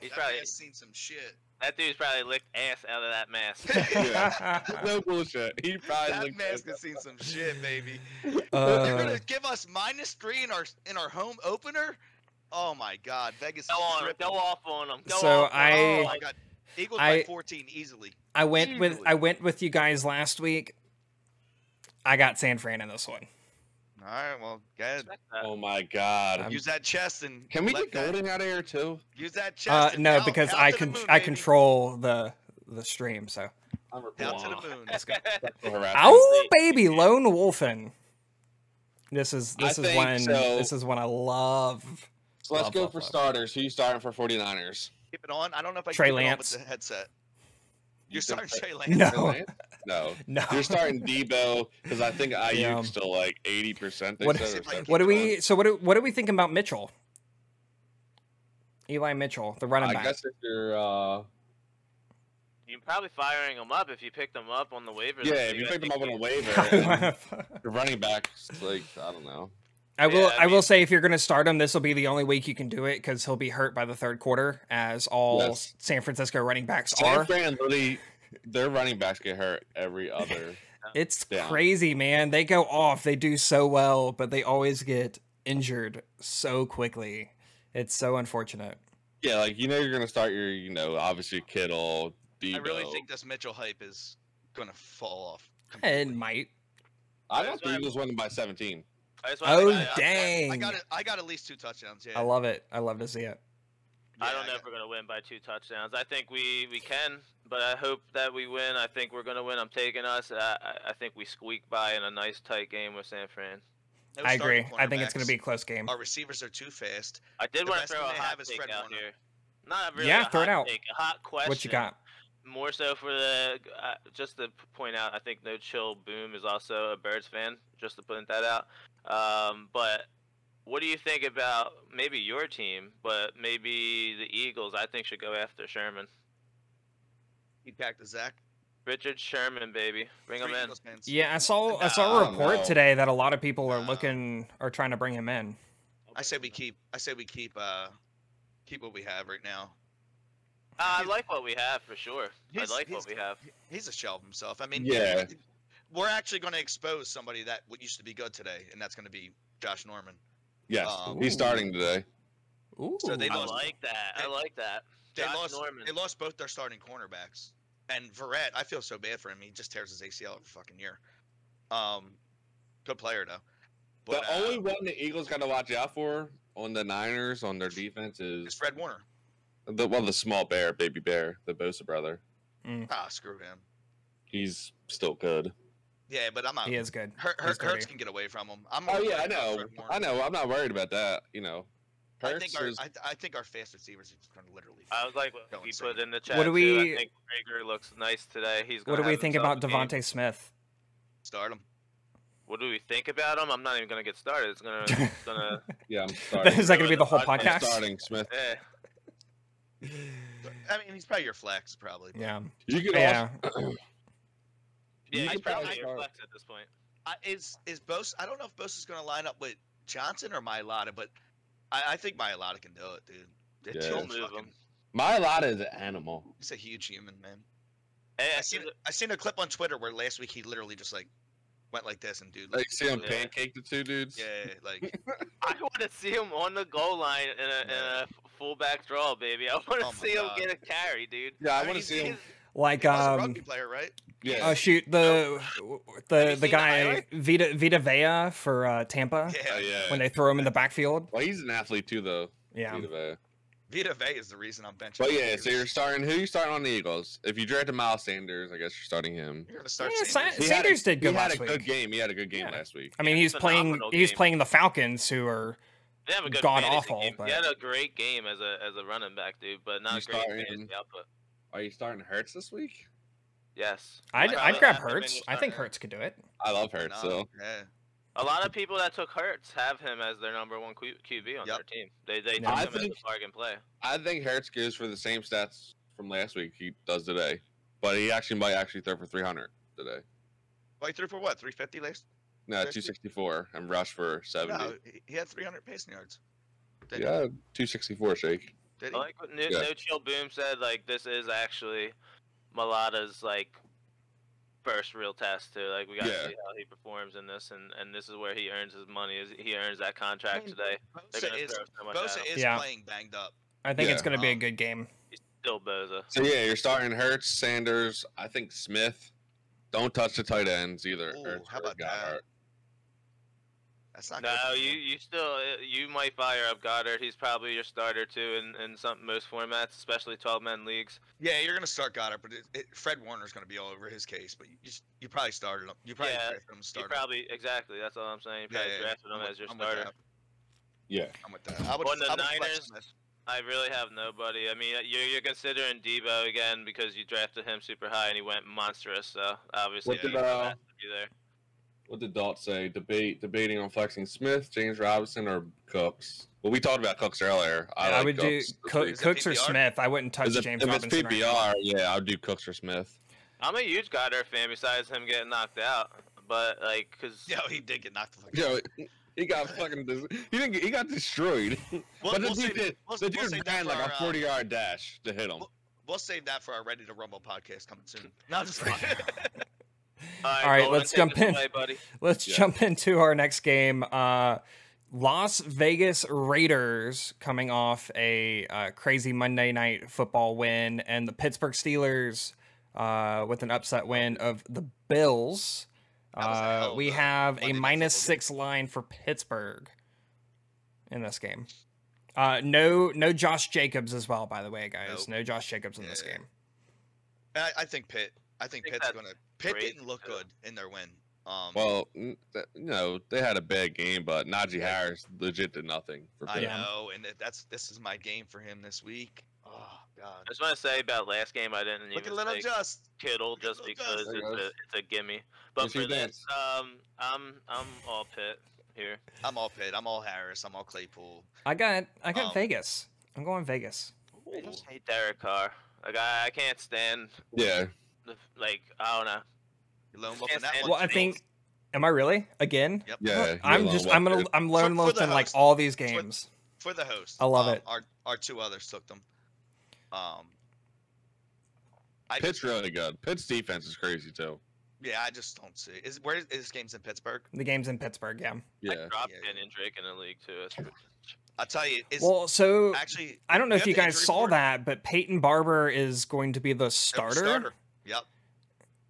He's
That
probably
man's seen some shit.
that dude's probably licked ass out of that mask.
no bullshit. He probably
That
looked
man's
good.
has seen some shit, baby. They're
Uh,
gonna give us minus three in our in our home opener. Oh my God, Vegas.
Go
is
on,
tripping.
go off on him. Go
So
off on
I-
Oh
him.
my God, Eagles
I-
by 14 easily.
I went with
Easily.
I went with you guys last week. I got San Fran in this one.
All right, well, go ahead.
Respect that.
Oh my God.
I'm-
Use that chest and
Can we
let
get
that-
Golden out of here too?
Use that chest.
Uh,
and
no,
out-
because
out
I
to the
con-
moon,
I
baby.
control the the stream. So
I'm
Down
Wow.
to the moon.
Sexual harassment.
ow, baby, lone wolfen. This is
I
this is
think
one
so.
this is one I love.
So let's
Love,
go
love,
for
love.
starters. Who you starting for 49ers?
Keep it on. I don't know if I can
Trey
keep it on
Lance.
with the headset. You're
said
starting Trey Lance.
No,
Trey Lance? No.
no.
You're starting Debo because I think IU's
Yeah.
still like 80%. They
What-
said, or something.
What do we? So what do what do we think about Mitchell? Eli Mitchell, the running
I
back.
guess if you're, uh,
You're probably firing him up if you picked him up on the waivers.
yeah,
this
if you
week. I
picked him
think
up on a
he-
waiver, and the running back, it's like, I don't know.
I will.
Yeah,
I,
I
will
mean-
say, if you're going to start him, this will be the only week you can do it because he'll be hurt by the third quarter, as all
Yes.
San Francisco running backs
San
are.
Fran literally, their running backs get hurt every other.
It's
Yeah.
crazy, man. They go off. They do so well, but they always get injured so quickly. It's so unfortunate.
Yeah, like, you know, you're going to start your, you know, obviously Kittle, Debo.
I really think this Mitchell hype is gonna fall off.
It might.
I got
That's what
the
I-
Eagles winning by 17.
I just wanna
Oh
say, I- I-
dang!
I got it. I got at least two touchdowns. Yeah.
I love it. I love to see it.
I
Yeah,
don't know
got-
if we're gonna win by two touchdowns. I think we we can, but I hope that we win. I think we're gonna win. I'm taking us. I, I- I think we squeak by in a nice tight game with San Fran.
no
I
starting
agree. I think it's going
cornerbacks.
to be a close game.
Our receivers are too fast.
I did
The
want to
best
throw a
thing they
hot
have is
take
Fred
out
Warner.
here. Not really.
Yeah,
a
throw it
hot
out.
Take, a hot question.
What you got?
More so for the uh, just to p- point out, I think No Chill Boom is also a Birds fan. Just to point that out. Um, but what do you think about maybe your team, but maybe the Eagles? I think should go after Sherman.
He packed a Zach.
Richard Sherman, baby, bring him
Three
in.
Eagles fans.
Yeah, I saw I saw a
No,
report
no.
today that a lot of people are
No.
looking are trying to bring him in.
I say we keep. I say we keep. Uh, keep what we have right now.
Uh, I
He's-
like what we have for sure. I
he's-
like
he's-
what we have.
He's a shell of himself. I mean,
Yeah.
We're actually going to expose somebody that w- used to be good today, and that's going to be Josh Norman.
Yes,
Um,
he's starting today.
Ooh.
So they
I
lost-
like that.
they-
I like that.
They
Josh
lost.
Norman.
They lost both their starting cornerbacks, and Verrett. I feel so bad for him. He just tears his ACL every fucking year. Um, good player though. But
the
uh,
only one the Eagles got to watch out for on the Niners on their defense
is
is
Fred Warner.
the well the small bear, baby bear, the Bosa brother.
Ah, screw him.
He's still good.
Yeah, but I'm not.
He is good.
Her, her,
He's dirty.
Hurts can get away from him. I'm
Oh
more
yeah, I
worried about
know.
Fred Warner.
I know. I'm not worried about that. You know,
I think
Hurts
our
is-
I, th- I think our fast receivers are just going to literally.
I was like, what
Don't
he
say
put
it.
in the chat.
What do
too.
we-
I think Rager looks nice today. He's.
What
Gonna
do we
have
think
himself
about
a game.
Devonte Smith?
start him.
What do we think about him? I'm not even gonna get started. It's gonna. It's gonna.
yeah, I'm starting.
is that going to be the whole
I'm
I'm
podcast?
starting Smith.
eh.
I mean, he's probably your flex, probably. but-
Yeah.
You could
Yeah.
You
Yeah,
could
he's
probably
probably
start.
your flex at this point.
I, is is Bose? I don't know if Bose is going to line up with Johnson or Mailata, but I, I think Mailata can do it, dude. It's
Yeah.
huge
He'll move him.
fucking-
My lot is an animal.
He's a huge human, man.
Hey,
I
I
seen
see the-
I seen a clip on Twitter where last week he literally just like went like this and dude,
Like see him
Yeah.
pancake the two dudes.
yeah, like
I want to see him on the goal line in a, in a fullback draw, baby. I want to
Oh my
see
God.
him get a carry, dude.
Yeah, I want
mean,
to
he's-
see him.
he's-
Like
he was a
um
rugby player, right?
Yeah,
oh shoot the
Have you
the
seen
the
the
guy
highlight?
Vita Vita Vea for uh, Tampa
Oh,
Yeah,
yeah.
when they throw him in the backfield.
well, he's an athlete too, though.
Yeah.
Either way.
Vita Vea is the reason I'm benching.
But
him.
yeah, so you're starting. Who you starting on the Eagles? If you drafted Miles Sanders, I guess you're starting him.
You're gonna start.
Yeah,
Sanders.
Sa-
He had a-
Sanders did
He
good
had a
last
good
week.
game. He had a good game
Yeah.
last week.
I mean,
Yeah,
he's playing
phenomenal
he's
game.
playing the Falcons who are
They have a good
God
fantasy
awful,
Game.
but-
He had a great game as a as a running back, dude, but not
You
great
start
fantasy
him.
output.
Are you starting Hurts this week?
Yes.
I'd,
Like,
I'd
I-
grab
I- I mean,
Hurts.
it's
I
not-
think Hurts could do it.
I love
Why
Hurts
not?
though.
Yeah.
A lot of people that took Hurts have him as their number one Q- QB on
Yep.
their team. They they
Yeah.
took
I
him
think-
as a bargain play.
I think Hurts goes for the same stats from last week he does today, but he actually might actually throw for 300 today.
Well, he threw for what? 350 last?
No,
Fifty?
264 and rush for 70.
No, he- he had 300 passing yards. Did,
yeah, 264 shake.
Did
I
he?
like what no,
Yeah.
no Chill Boom said. Like this is actually Malata's like first real test too. Like we got to
Yeah.
see how he performs in this, and and this is where he earns his money. Is he earns that contract
mean,
today? They're
Bosa
gonna
is,
throw so much
Bosa
at him.
is
Yeah.
playing banged up.
I think it's
Yeah.
going to be a
Um,
good game.
He's still Boza.
So yeah, you're starting Hurts, Sanders. I think Smith. Don't touch the tight ends either.
Ooh,
Ertz
how
or
about that?
Goddard.
That's not good.
No,
for
you
him.
you still uh, you might fire up Goddard. He's probably your starter too in in some most formats, especially twelve man leagues.
Yeah, you're gonna start Goddard, but it, it, Fred Warner's gonna be all over his case. But you, just, you probably started him. You probably
Yeah,
drafted him. to
You
Start him.
probably exactly. That's all I'm saying. You
Yeah,
probably
yeah, yeah.
drafted him
I'm with-
as your
I'm with
starter.
that.
Yeah.
I'm with that. I would,
On the
I would flex
Niners-
Smith.
I really have nobody. I mean, you're, you're considering Debo again because you drafted him super high and he went monstrous. So obviously,
What
Debo
did, uh,
has to be there.
What did Dalt say? Debate debating on flexing Smith, James Robinson, or Cooks. Well, we talked about Cooks earlier. I,
I,
like
would do
Cooks this
Co-
week.
Is it
Cooks or
PPR?
Smith. I wouldn't touch
Is it-
James
if it's
Robinson. right now.
PPR, yeah, I'll do Cooks or Smith.
I'm a huge Goddard fan besides him getting knocked out, but like, cause
Yo, he did get knocked the fuck. out.
Yo, he got fucking. Dis- he didn't. Get, he got destroyed.
We'll,
but the
we'll
dude,
save that-
did-
we'll-
the
we'll
dude
save that
ran
for
like
our,
a
uh,
forty-yard dash to hit him.
Well- We'll save that for our Ready to Rumble podcast coming soon. No, I'm just kidding.
All right,
Golden,
let's
take
jump
this
in.
away, buddy.
Let's
Yeah.
jump into our next game. Uh, Las Vegas Raiders coming off a uh, crazy Monday night football win, and the Pittsburgh Steelers uh, with an upset win of the Bills.
That was a hell
Uh,
of
we
a
have
Monday
a
night
minus
football game.
six line for Pittsburgh in this game. Uh, no, no Josh Jacobs as well, by the way, guys.
Nope.
No Josh Jacobs in this
Yeah.
game.
I, I think Pitt. I think,
think
Pitt's
that's
gonna. Pitt
great, uh,
didn't look
too.
good in their win. Um,
Well, n- th- you know, they had a bad game, but Najee Harris legit did nothing for
I
Pitt.
Yeah.
know, and that- that's this is my game for him this week. Oh God!
I just want to say about last game, I didn't
Look at
even
Little
take
Just.
Kittle
look at
just
Little
because
Gus.
it's
There he
a,
goes.
it's a gimme. But
Yes, he
for this,
did.
um, I'm I'm all Pitt here.
I'm all Pitt. I'm all Harris. I'm all Claypool.
I got, I got
Um,
Vegas. I'm going Vegas.
I just hate Derek Carr. Like I, I can't stand
Yeah,
the, like I don't know.
You're lone wolf in that
Yes,
one.
and-
Well, I
too.
think. Am I really again?
Yep.
Yeah, you're
I'm
alone,
just.
Walt,
I'm gonna.
dude.
I'm lone
For- for
wolf
the
in like
host.
all these
what-
games.
for the host.
I love
um,
it.
Our our two others took them. Um, I
Pitt's
just,
really good. Pitt's defense is crazy too.
yeah, I just don't see. Is where is this game's in Pittsburgh?
The game's in Pittsburgh. Yeah.
Yeah,
I dropped
Yeah,
Kenyon Drake in a league too. That's pretty-
I'll tell you. It's
Well, so
actually uh,
I don't know
we
if
have
you
the
guys
injury
saw
report.
that, but Peyton Barber is going to be the
Nope,
starter.
Yep.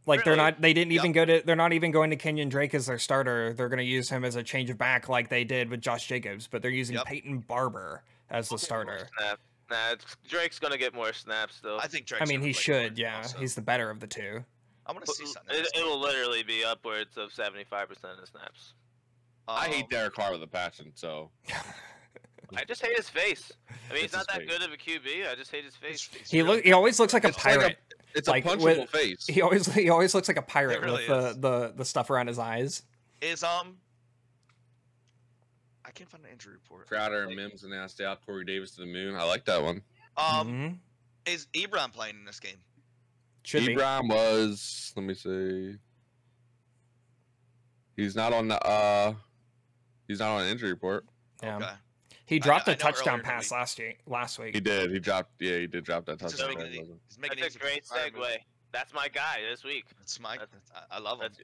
Like they're
Really?
not. They didn't
Yep.
even go to. They're not even going to Kenyon Drake as their starter. They're going to use him as a change of back, like they did with Josh Jacobs. But they're using
Yep.
Peyton Barber as the
Okay,
starter.
Snap. Nah, it's, Drake's gonna get more snaps though.
I think. Drake's
I mean,
gonna
he
play
should.
more,
Yeah,
also.
he's the better of the two.
I want to see something.
It, it'll literally be upwards of 75% of the snaps.
I
Um,
hate Derek Carr with a passion. So
I just hate his face. I mean,
It's
he's not
his
that
face.
good of a QB. I just hate his face.
He look. He always looks like a
It's like a-
pirate.
it's
Like,
a punchable
with-
face.
He always he always looks like a pirate
really
with the,
is.
the the stuff around his eyes.
is um. I can't find an injury report.
Crowder and Mims announced out Corey Davis to the moon. I like that one.
Um,
Mhm.
is Ebron playing in this game?
should be.
Ebron was. Let me see. He's not on the. uh He's not on the injury report.
Yeah.
Okay.
He dropped
I
a
know earlier
touchdown
in the
pass
week-
last year. Last week.
He did. He dropped. Yeah, he did drop that
He's
touchdown.
making
pass,
it-
wasn't
he's making it
That's
easy
a
for
great
Fire move.
segue. That's my guy this week.
It's my.
That's-
I- I love him.
That's,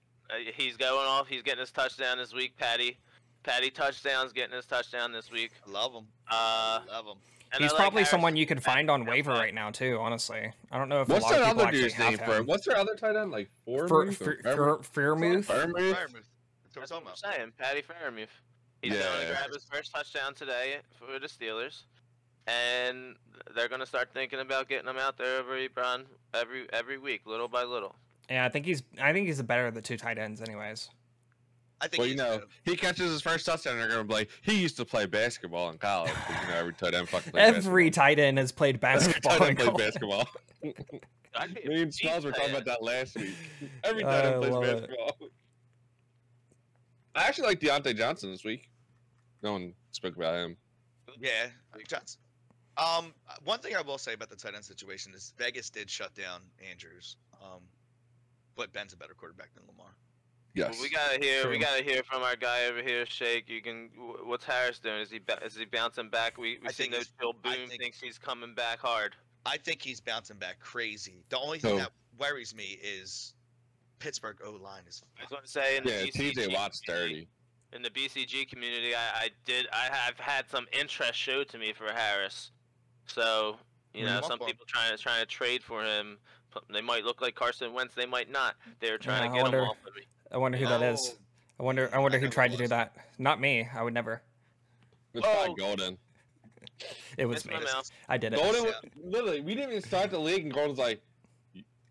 uh, he's going off. He's getting his touchdown this week, Patty. Patty touchdowns, getting his touchdown this week.
I love him.
Uh,
love him.
and I
He's
like
probably
Harrison.
someone you could find on
Harrison
waiver
Smith.
right now too. Honestly, I don't know if
it? What's
a lot
that
of people
other
actually
dude's
have
name for?
him.
What's their other tight end like? Four.
For, for, for, Fairmouth?
Fairmouth?
Fryermuth. That's what we're talking
That's what
about.
I'm saying, Patty Fairmuth. He's going
Yeah.
to grab his first touchdown today for the Steelers, and they're going to start thinking about getting him out there every Ebron every every week, little by little.
Yeah, I think he's I think he's the better of the two tight ends, anyways.
I think
Well, you
he's
know,
good.
he catches his first touchdown. They're gonna be like, he used to play basketball in college. 'cause, You know, every tight end fucking plays
Every tight end has played
basketball.
basketball.
Every
in
tight end
college.
played basketball.
I could-
Me and
he's
Smiles were talking
playing.
about that last week. Every tight
I
end plays
love it.
basketball. I actually like Deontay Johnson this week. No one spoke about him.
Yeah, Duke Johnson. Um, one thing I will say about the tight end situation is Vegas did shut down Andrews. Um, but Ben's a better quarterback than Lamar.
Yes.
Well, we gotta hear.
True.
We gotta hear from our guy over here, Shake. You can. wh- What's Harris doing? Is he ba- is he bouncing back? We we
I
see
think
no
he's-
Joe
I
Boone
think-
thinks he's coming back hard.
I think he's bouncing back crazy. The only thing
Who?
that worries me is Pittsburgh O line is.
I was gonna say. In
yeah,
the E
TJ
BCG
Watt's
community-
dirty.
In the BCG community, I, I did. I have had some interest showed to me for Harris. So you
Mm.
know,
Come on,
some
Paul.
people trying to trying to trade for him. p- They might look like Carson Wentz. They might not. They're trying
Yeah, I
to get
wonder-
him off of me.
I wonder who that is. I wonder I wonder
I
who
know
tried
who
to
it
do
was.
that. Not me. I would never.
It's
Oh.
probably Golden.
It was
Missed
me.
my mouth.
I did it.
Golden,
Yeah.
literally, we didn't even start the league, and Golden's like,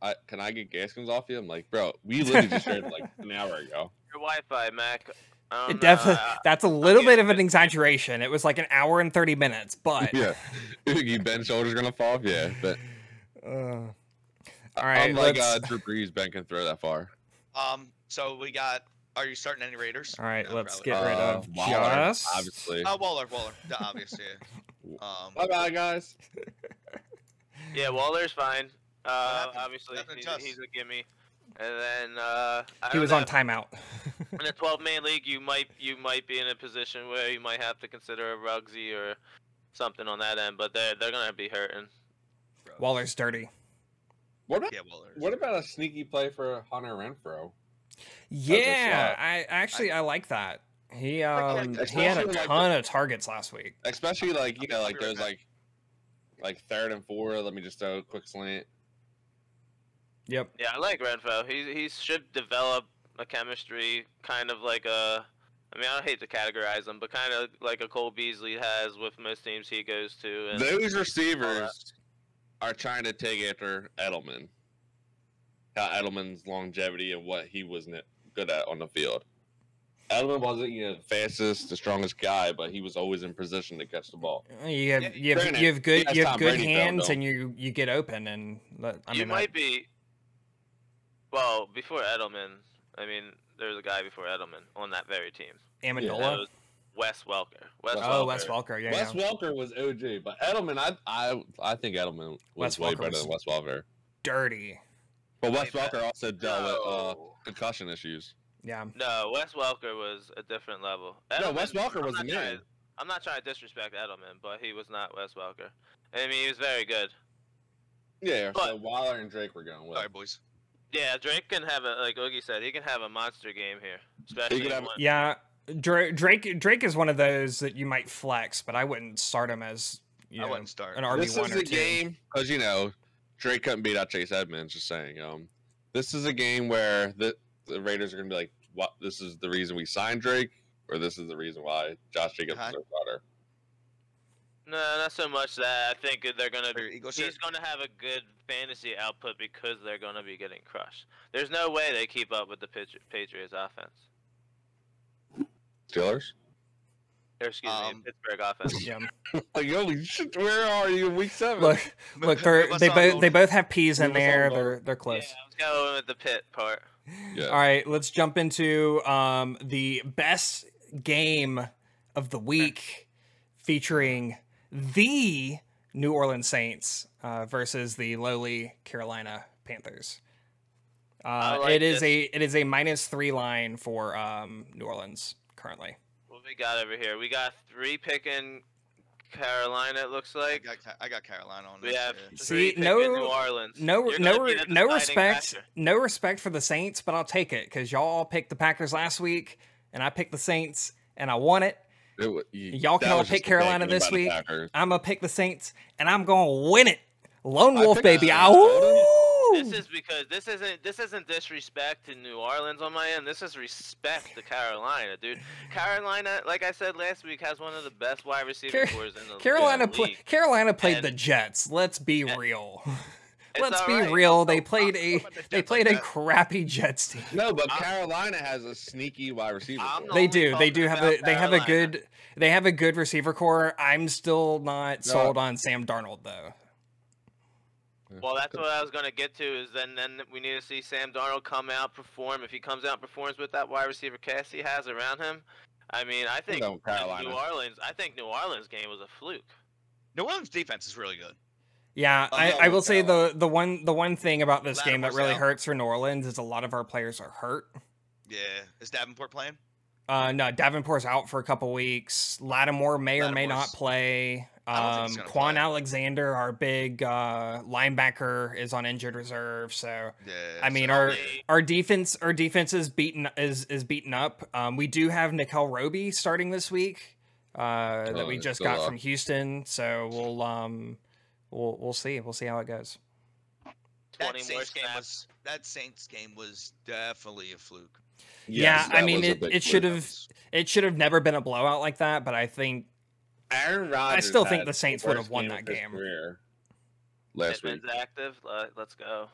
I, "Can I get Gaskins off you?" I'm like, "Bro, we literally just shared like an hour ago."
Your Wi-Fi, Mac. I don't
It
know, Uh,
definitely
I-
that's a little bit
getting
of an
it.
exaggeration. It was like an hour and thirty minutes, but
Yeah, you think you Ben shoulders gonna fall off? Yeah, but
Uh, all right,
unlike uh,
let's-
Drew Brees, Ben can throw that far.
Um, so we got. Are you starting any Raiders?
all right,
No,
let's
probably
get rid
Uh,
of
Waller,
Joss.
obviously.
not. Oh, Waller, Waller, the obvious, yeah. Um,
Bye bye, guys.
Yeah, Waller's fine. Uh,
happened?
obviously,
What happened
he's,
to Jess?
he's a gimme. And then uh, I
He
don't
was
know.
on timeout.
In a 12-man league, you might you might be in a position where you might have to consider a Rugsy or something on that end, but they're they're gonna be hurting.
Waller's dirty.
What about
yeah, Waller.
what about a sneaky play for Hunter Renfro?
Yeah, I actually I like that. He
like
um
that.
he had a
Especially uh, like
ton of targets last week.
Especially like you know, like
I'll be right
there's like like third and four. Let me just throw a quick slant.
Yep.
Yeah, I like Renfro. He he should develop a chemistry, kind of like a. I mean, I hate to categorize him, but kind of like a Cole Beasley has with most teams he goes to. And
Those receivers are trying to take after Edelman. How Edelman's longevity and what he was ne- good at on the field. Edelman wasn't you know the fastest, the strongest guy, but he was always in position to catch the ball.
You have you have,
granted,
you have good
yes,
you have
Tom
good
Brady fell,
hands
though.
and you you get open and that, I mean uh,
you
that-
might be. Well, before Edelman, I mean, there was a guy before Edelman on that very team.
Amendola.
That was Wes Welker. Wes
Wes
oh,
Welker.
Wes Welker. Yeah,
Wes
yeah.
Welker was OG, but Edelman, I I I think Edelman was
Wes
way
Welker
better
was-
than Wes Welker.
dirty.
But Wes
Hey, that-
Welker also dealt with uh,
No.
concussion issues.
Yeah.
No, Wes Welker was a different level.
no, Wes
Edelman-
Welker
I'm
was the
not
man.
trying- I'm not trying to disrespect Edelman, but he was not Wes Welker. I mean, he was very good.
Yeah, so
But-
Waller and Drake were going with.
Sorry,
it.
boys.
Yeah, Drake can have a like Oogie said. He can have a monster game here, especially
have-
when-
Yeah. Drake, Drake Drake is one of those that you might flex, but I wouldn't start him as you know,
I wouldn't start.
an RB
This
one
is
or
a
two.
game because you know Drake couldn't beat out Chase Edmonds. Just saying, um, this is a game where the, the Raiders are going to be like, "What? This is the reason we signed Drake, or this is the reason why Josh Jacobs
Huh?
is our starter."
No, not so much that. I think they're gonna.
Your Eagle shirt.
He's gonna have a good fantasy output because they're gonna be getting crushed. There's no way they keep up with the Patri- Patriots offense.
Steelers.
Or excuse me,
Um,
Pittsburgh offense.
Yeah.
Like, holy shit, where are you in week seven?
Look,
Move-
look,
move
they're,
us
they
on,
both they
Golden.
both have peas in
Move us on,
there.
Golden.
They're they're close.
Yeah, I was going with the pit part.
Yeah.
All right, let's jump into um, the best game of the week, featuring the New Orleans Saints uh, versus the lowly Carolina Panthers. Uh,
I like
it is
this.
a it is a minus three line for um, New Orleans currently.
What we got over here? We got three picking Carolina. It looks
I
like
got, Ca- I got Carolina on
we
this.
have
yeah.
See,
three
no-
picking New Orleans.
No,
You're gonna
no,
be
re-
the
no
deciding
respect,
factor.
no respect for the Saints, but I'll take it because y'all picked the Packers last week, and I picked the Saints, and I won it.
It wa- you-
Y'all can
that
all
was just
pick
a bad
Carolina
game by
this
the
week.
Packers.
I'm gonna pick the Saints, and I'm gonna win it. Lone
I
Wolf,
picked
baby.
the Saints.
Ow!
This is because this isn't this isn't disrespect to New Orleans on my end. This is respect to Carolina, dude. Carolina, like I said last week, has one of the best wide receiver
Car-
cores in the
Carolina.
in the
Play,
league.
Carolina played the
And-
Jets. Let's be
and-
real.
It's
Let's
all
be
right.
real. They
Oh,
played
I'm
a
about to
they
jump
played a
like that.
crazy Jets team.
No, but Carolina has a sneaky wide receiver.
I'm
core.
They
only
do. They
talking
do have
about
a they have a
Carolina.
good they have a good receiver core. I'm still not
No.
sold on Sam Darnold though.
Well, that's what I was gonna get to. Is then then we need to see Sam Darnold come out perform. If he comes out and performs with that wide receiver cast he has around him, I mean, I think
going Carolina.
New Orleans. I think New Orleans game was a fluke.
New Orleans defense is really good.
Yeah,
Oh,
I'm
I,
not
I
with
will say the
Carolina.
the one the one thing about this game that
Lattimore's
really
out.
hurts for New Orleans is a lot of our players are hurt.
Yeah. Is Davenport playing? Mm-hmm.
Uh, no, Davenport's out for a couple weeks. Lattimore may or may not
Lattimore's-
play.
I don't think
Um,
he's gonna
Quan
play.
Alexander, our big uh, linebacker, is on injured reserve. So
Yeah.
I mean,
so-
our
they-
our defense our defense is beaten is is beaten up. Um, we do have Nickel Roby starting this week uh, that
Oh,
we
it's
just
still
got
up.
from Houston. So we'll um we'll we'll see we'll see how it goes.
that
Twenty more
Saints game
snaps.
was that Saints game was definitely a fluke.
Yeah, I
that
mean,
was a
it-
big
it should
fluke.
have- It should have never been a blowout like that, but I think
Aaron Rodgers.
still think
had
the Saints would have
worst
won
game
that
of his
game.
career Last week.
Pittman's active. Le- let's go.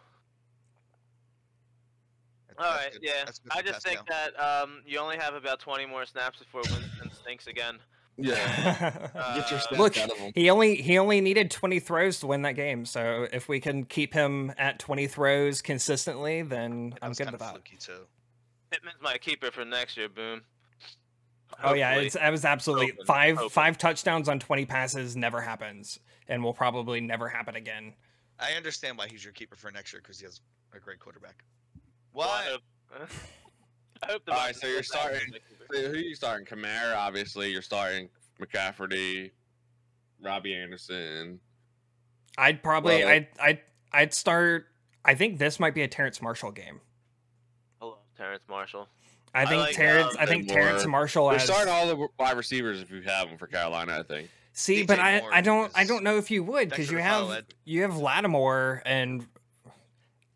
That-
All
that's
right,
good-
yeah.
that's good
I
for
just think
Pascal.
that um, you only have about 20 more snaps before Winston stinks again.
Yeah. Get your
Uh,
stats
Look,
out of him.
he only he only needed 20 throws to win that game. So if we can keep him at 20 throws consistently, then
That
I'm
was
good
kinda
with that.
Fluky too.
Pittman's my keeper for next year. Boom.
Oh yeah,
Hopefully.
it's I was absolutely
Hopefully.
five
Hopefully.
five touchdowns on 20 passes never happens and will probably never happen again.
I understand why he's your keeper for next year because he has a great quarterback.
Well, I
Why?
hope- I hope the
All right,
Vikings
so you're
get that
starting-
Winston keeper.
So who you starting? Kamara, obviously. You're starting McCafferty, Robbie Anderson.
I'd probably
Well-
I'd I'd I'd start I think this might be a Terrence Marshall game.
Hello, Terrence Marshall.
I
I
think
like,
Terrence
um,
I think
Ben
Terrence
Moore.
Marshall
You're
as
starting all the wide receivers if you have them for Carolina, I think.
See,
DJ
but I,
Moore
I don't I
is
don't know if you would because
next to
you
the pile,
have
Ed.
you have Lattimore and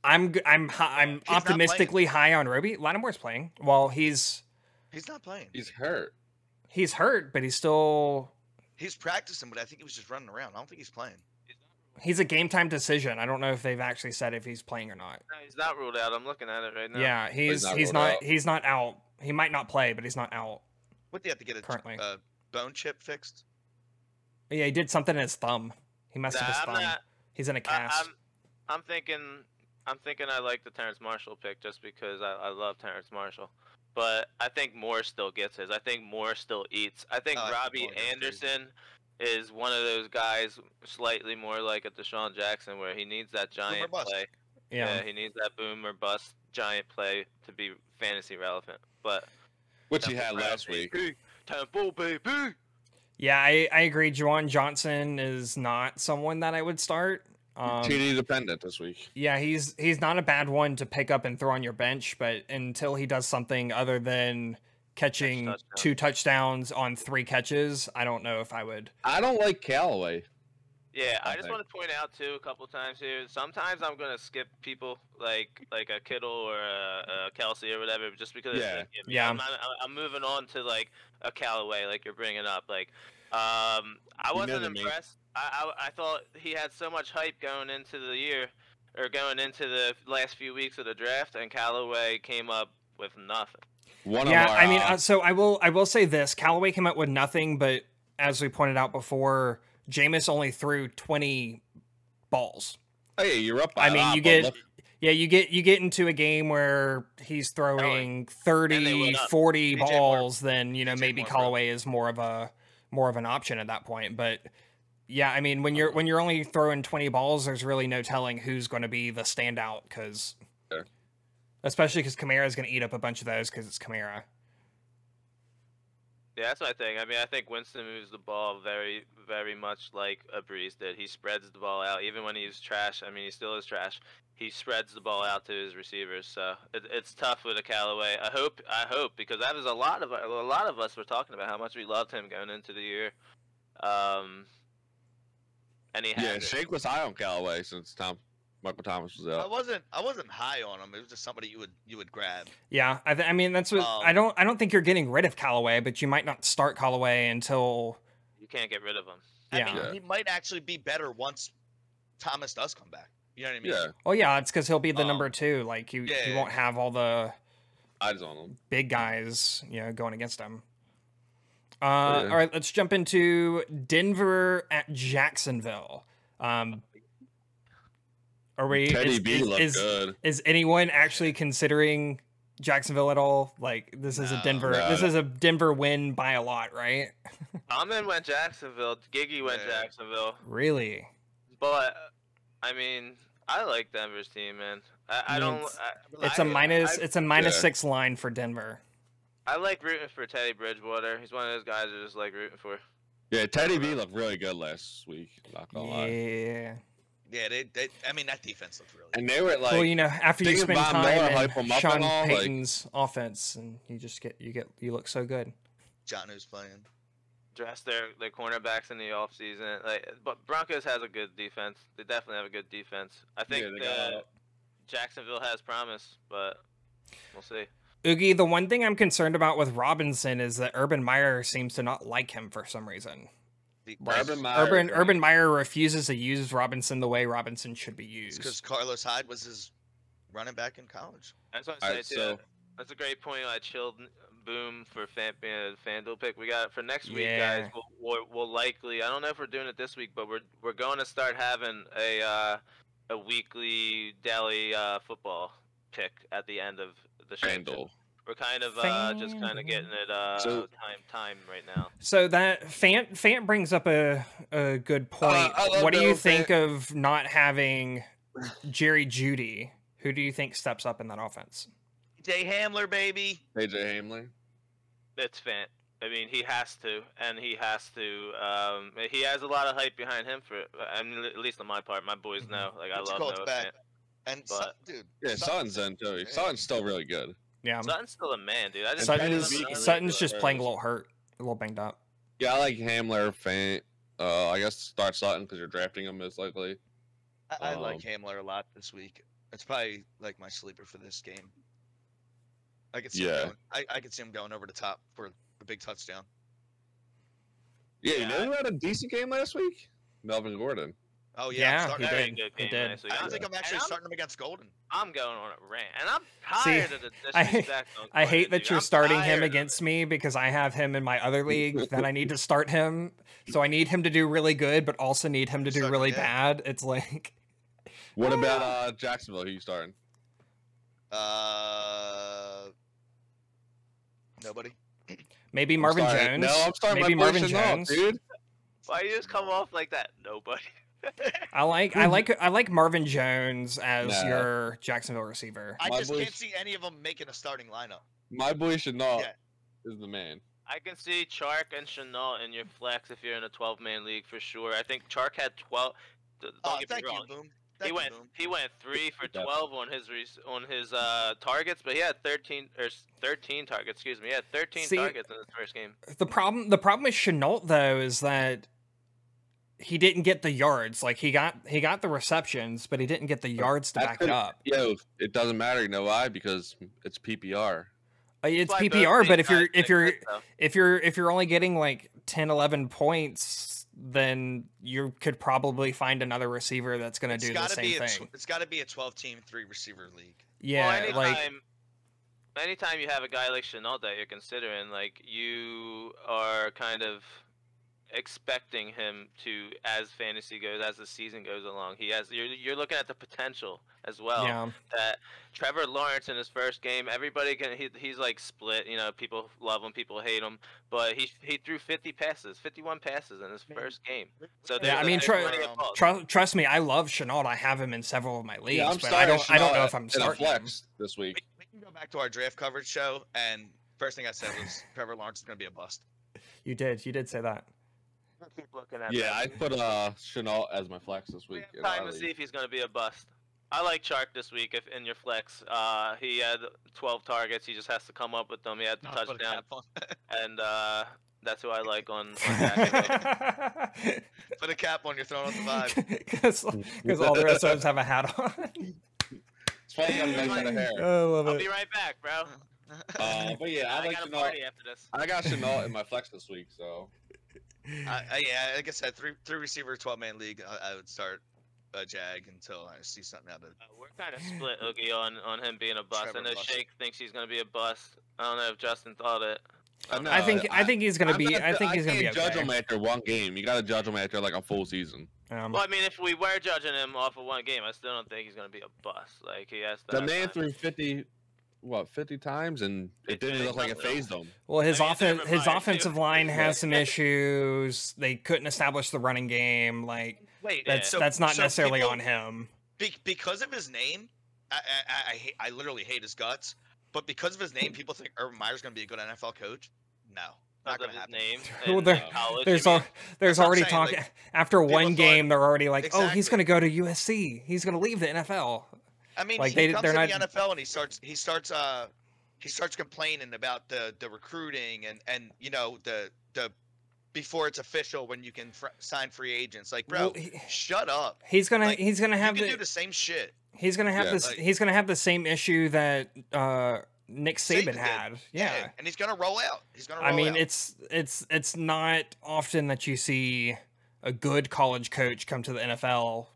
I'm g- I'm hi- I'm
He's not playing.
optimistically high on Roby. Lattimore's playing. Well, he's
He's not playing.
He's hurt.
he's hurt, but he's still
He's practicing, but I think he was just running around. I don't think he's playing.
he's a game time decision. I don't know if they've actually said if he's playing or not.
No, he's not ruled out. I'm looking at it right now.
Yeah, he's
not
he's
ruled
not
out.
he's not out. He might not play, but he's not out.
What do you have to get a
Currently.
uh, bone chip fixed?
Yeah, he did something in his thumb. He messed
Nah,
up his
I'm
thumb.
not.
he's in a
I,
cast.
I'm, I'm thinking. I'm thinking I like the Terrence Marshall pick just because I, I love Terrence Marshall. But I think Moore still gets his. I think Moore still eats. I think
Oh, I think
Robbie
Moore goes crazy.
Anderson is one of those guys slightly more like a Deshaun Jackson where he needs that giant
bust.
play. Yeah.
Yeah.
he needs that boom or bust giant play to be fantasy relevant. But
which he had
Temple Brown,
last week.
baby. Temple baby.
Yeah, I, I agree. Juwan Johnson is not someone that I would start. Um,
TD dependent this week.
yeah, he's he's not a bad one to pick up and throw on your bench, but until he does something other than catching
touchdown.
two touchdowns on three catches, I don't know if I would.
I don't like Callaway.
Yeah, I just
Okay.
want to point out too a couple times here. Sometimes I'm gonna skip people like like a Kittle or a, a Kelsey or whatever, just because. it's
Yeah.
like, I mean,
Yeah.
I'm, not- I'm, I'm moving on to like a Callaway, like you're bringing up. Like, um, I
You know
wasn't
the name.
impressed. I, I I thought he had so much hype going into the year, or going into the last few weeks of the draft, and Callaway came up with nothing.
One
yeah,
of our,
I mean,
uh,
uh, so I will I will say this: Callaway came out with nothing, but as we pointed out before, Jameis only threw twenty balls.
hey, you're up. By
I
a
mean,
lot,
you
but
get
look-
yeah, you get you get into a game where he's throwing
And they
30,
went up.
40
DJ Moore.
balls, then you know
DJ
maybe
Moore, bro.
Callaway is more of a more of an option at that point. But yeah, I mean, when
Uh-huh.
you're when you're only throwing twenty balls, there's really no telling who's going to be the standout because,
Sure.
especially because Kamara is going to eat up a bunch of those because it's Kamara.
Yeah, that's my thing. I mean, I think Winston moves the ball very, very much like a Breeze did. He spreads the ball out, even when he's trash. I mean, he still is trash. He spreads the ball out to his receivers, so it, it's tough with a Callaway. I hope, I hope, because that is a lot of a lot of us were talking about how much we loved him going into the year. Um, and he
yeah,
has it.
Shake was high on Callaway since Tom Michael Thomas was
I
out.
wasn't I wasn't high on him. It was just somebody you would you would grab.
Yeah, I, th- I mean that's what I
Um,
don't I don't think you're getting rid of Callaway, but you might not start Callaway until
you can't get rid of him.
I
yeah.
mean,
Yeah.
he might actually be better once Thomas does come back. You know what I mean?
Yeah,
Oh yeah, it's because he'll be the
Um,
number two. Like you, you
yeah.
won't have all the
eyes on him.
big guys, you know, going against him. Uh,
Oh, Yeah.
All right, let's jump into Denver at Jacksonville. Um, are we?
Teddy
is,
B
is,
looked
is-
good.
is anyone actually considering Jacksonville at all? Like this is a
No.
Denver.
No.
This is a Denver win by a lot, right?
Almond went Jacksonville. Giggy went
Yeah.
Jacksonville.
Really?
But I mean, I like Denver's team, man. I, I
mean,
don't.
it's-
I,
It's a
I-
minus.
I,
it's a minus
yeah.
six line for Denver.
I like rooting for Teddy Bridgewater. He's one of those guys I just like rooting for.
Yeah, Teddy B looked really good last week. Not gonna lie.
Yeah.
Yeah, they, they I mean that defense looked really
And they were like,
well, you know, after you
thinking
spend
about
time
Miller, hype
in
'em up and
Sean
all, like-
Payton's offense, and you just get you get you look so good.
John who's playing.
Dress their their cornerbacks in the offseason. Like, but Broncos has a good defense. They definitely have a good defense. I think
yeah, they
uh,
got-
Jacksonville has promise, but we'll see.
Oogie, the one thing I'm concerned about with Robinson is that Urban Meyer seems to not like him for some reason.
The-
Urban Meyer.
Urban
agreed.
Urban Meyer refuses to use Robinson the way Robinson should be
It's
used.
because Carlos Hyde was his running back in college.
That's what I'm
All
saying
right,
too.
so
That's a great point. I chilled boom for fan uh, FanDuel pick. We got it for next week,
Yeah.
guys. We'll, we'll, we'll likely. I don't know if we're doing it this week, but we're we're going to start having a uh, a weekly daily uh, football pick at the end of the show. too.
Randall.
We're kind of uh, just kind of getting it uh,
So-
time time right now.
So that Fant Fant brings up a a good point.
I love
what do you
Bill
think of not having Jerry Judy? Who do you think steps up in that offense?
Jay Hamler, baby.
AJ Hamlin.
It's Fant. I mean, he has to, and he has to. Um, he has a lot of hype behind him for. I mean, at least on my part, my boys
Mhm.
Mm-hmm.
know. Like
What's
I
it
love
called?
Noah
Back.
Fant.
And
But-
Sutton, dude.
Yeah, Sutton's in too. Sutton's still really good.
Yeah,
Sutton's still a man, dude. I just
Sutton's
Sutton is-
Sutton's just playing a
Whereas-
little hurt, a little banged up.
Yeah, I like Hamler, Faint. Uh, I guess start Sutton because you're drafting him most likely.
I, I like
Um,
Hamler a lot this week. It's probably like my sleeper for this game. I could see
Yeah.
him going, I, I could see him going over the top for the big touchdown.
Yeah,
Yeah,
you know who had a decent game last week? Melvin Gordon.
Oh yeah, I'm
Yeah,
starting-
he
very
did.
good
He
game
did.
last week.
I
I'm,
don't think I'm actually
I'm-
starting him against Golden.
I'm going on a rant, and I'm tired of the
I-
disrespect. on
I
Twitter,
hate that
dude.
you're
I'm
starting
tired
him
of
against
it.
me because I have him in my other league. then I need to start him. So I need him to do really good, but also need him to do
Suck
really
dick.
bad. It's like,
Oh,
What about uh, Jacksonville? Who you starting?
Uh, nobody.
maybe
I'm
Marvin
starting-
Jones.
No, I'm starting
maybe
my boy
Marvin
Chenault,
Jones.
dude.
Why you just come off like that? Nobody.
I like I like I like Marvin Jones as
Nah.
your Jacksonville receiver.
I
My
just
boys-
can't see any of them making a starting lineup.
My boy Chenault
Yeah.
is the man.
I can see Chark and Chenault in your flex if you're in a 12-man league for sure. I think Chark had 12. d- Don't
Oh,
get me
thank you,
wrong.
Boom. Thank
He
you,
went.
Boom.
He went three for
Yeah.
12 on his res- on his uh targets, but he had 13 or s- 13 targets. Excuse me. He had 13
See-
targets in his first game.
The problem the problem with Chenault though is that he didn't get the yards. Like he got he got the receptions, but he didn't get the yards to
I
back it
couldn't-
up.
Yo, it doesn't matter, you know why? Because it's PPR.
Uh, It's
That's why both
PPR, but
these
if you're
guys
if
exist,
you're
though.
if you're if you're only getting like 10 11 points, then you could probably find another receiver that's going to
It's
do the
gotta
same
be a
thing.
tw- it's got to be a 12-team three receiver league.
yeah,
well,
like
anytime, anytime you have a guy like Chenault that you're considering, like you are kind of expecting him to, as fantasy goes, as the season goes along, he has. You're you're looking at the potential as well.
yeah.
That Trevor Lawrence in his first game, everybody can. He, he's like split. You know, people love him, people hate him, but he he threw 50 passes, 51 passes in his first game. So
Yeah, I
there's a-
mean,
there's
Tre-
Um,
plenty of balls.
Trust, trust me, I love Chenault. I have him in several of my leagues,
Yeah, I'm
but I
starting
don't. I don't know
Chenault
if I'm
in a
starting. him.
flex this week.
We, we can go back to our draft coverage show, and first thing I said was Trevor Lawrence is going to be a bust.
You did. You did say that.
Keep looking at
Yeah,
that.
I put uh Chenault as my flex this
We
week.
have
in our
time to
league.
see if he's going to be a bust. I like Chark this week if in your flex. Uh, he had 12 targets. He just has to come up with them. He had the
Not put a
touchdown,
cap on-
and uh, that's who I like on. on that.
Put a cap on. You're throwing out the vibe.
Because all the rest of us have a hat on.
It's funny how you guys had a hair.
I love
I'll
it.
be right back, bro.
Uh, but yeah, I,
I,
like
got a
Chenault.
party after this.
I got Chenault in my flex this week, so
I, I, yeah, like I said, three three receiver, 12 man league. I, I would start a jag until I see something out of it.
Uh, we're kind of split, Oogie, on, on him being a bust.
Trevor
I know
Lawrence.
Shake thinks he's going to be a bust. I don't know if Justin thought it.
I know.
I think. I think he's gonna
uh, I'm
be.
not-
I think he's gonna be
can't judge
okay.
him after one game. You gotta judge him after like a full season.
Um,
Well, I mean, if we were judging him off of one game, I still don't think he's going to be a bust. Like he has to.
The
have
man
time.
threw fifty, what fifty times, and it
They
didn't
did,
look like it
don't they?
phased him.
Well, his
I mean, it's
offense,
Urban
his
Meyer, too.
offensive line
Yeah.
has some issues. They couldn't establish the running game. Like
Wait,
that's
So-
that's not
so
necessarily
people-
on him.
Be- because of his name, I I, I, I, hate, I literally hate his guts. But because of his name, people think Urban Meyer's going to be a good NFL coach. No, not
Because
going to
of his
happen.
name.
Well,
in
there-
college,
There's
you
al-
mean?
there's
what I'm
already
saying,
talking.
like,
after
people
one
thought-
game, they're already like, "Oh, he's
Exactly.
gonna go to USC. He's gonna leave the NFL."
I mean,
Like,
he
they-
comes
they're
in
not-
the NFL and he starts he starts uh he starts complaining about the the recruiting and and you know the the before it's official when you can fr- sign free agents. Like, bro,
Well, he-
shut up.
he's gonna
like,
he's gonna
You can
have
do
the,
the same shit.
he's gonna have
Yeah.
this
Like-
he's gonna have the same issue that uh, Nick
Saban
Saban,
did.
had. Yeah.
and he's gonna roll out. He's gonna. Roll
I mean,
out.
it's it's it's not often that you see a good college coach come to the NFL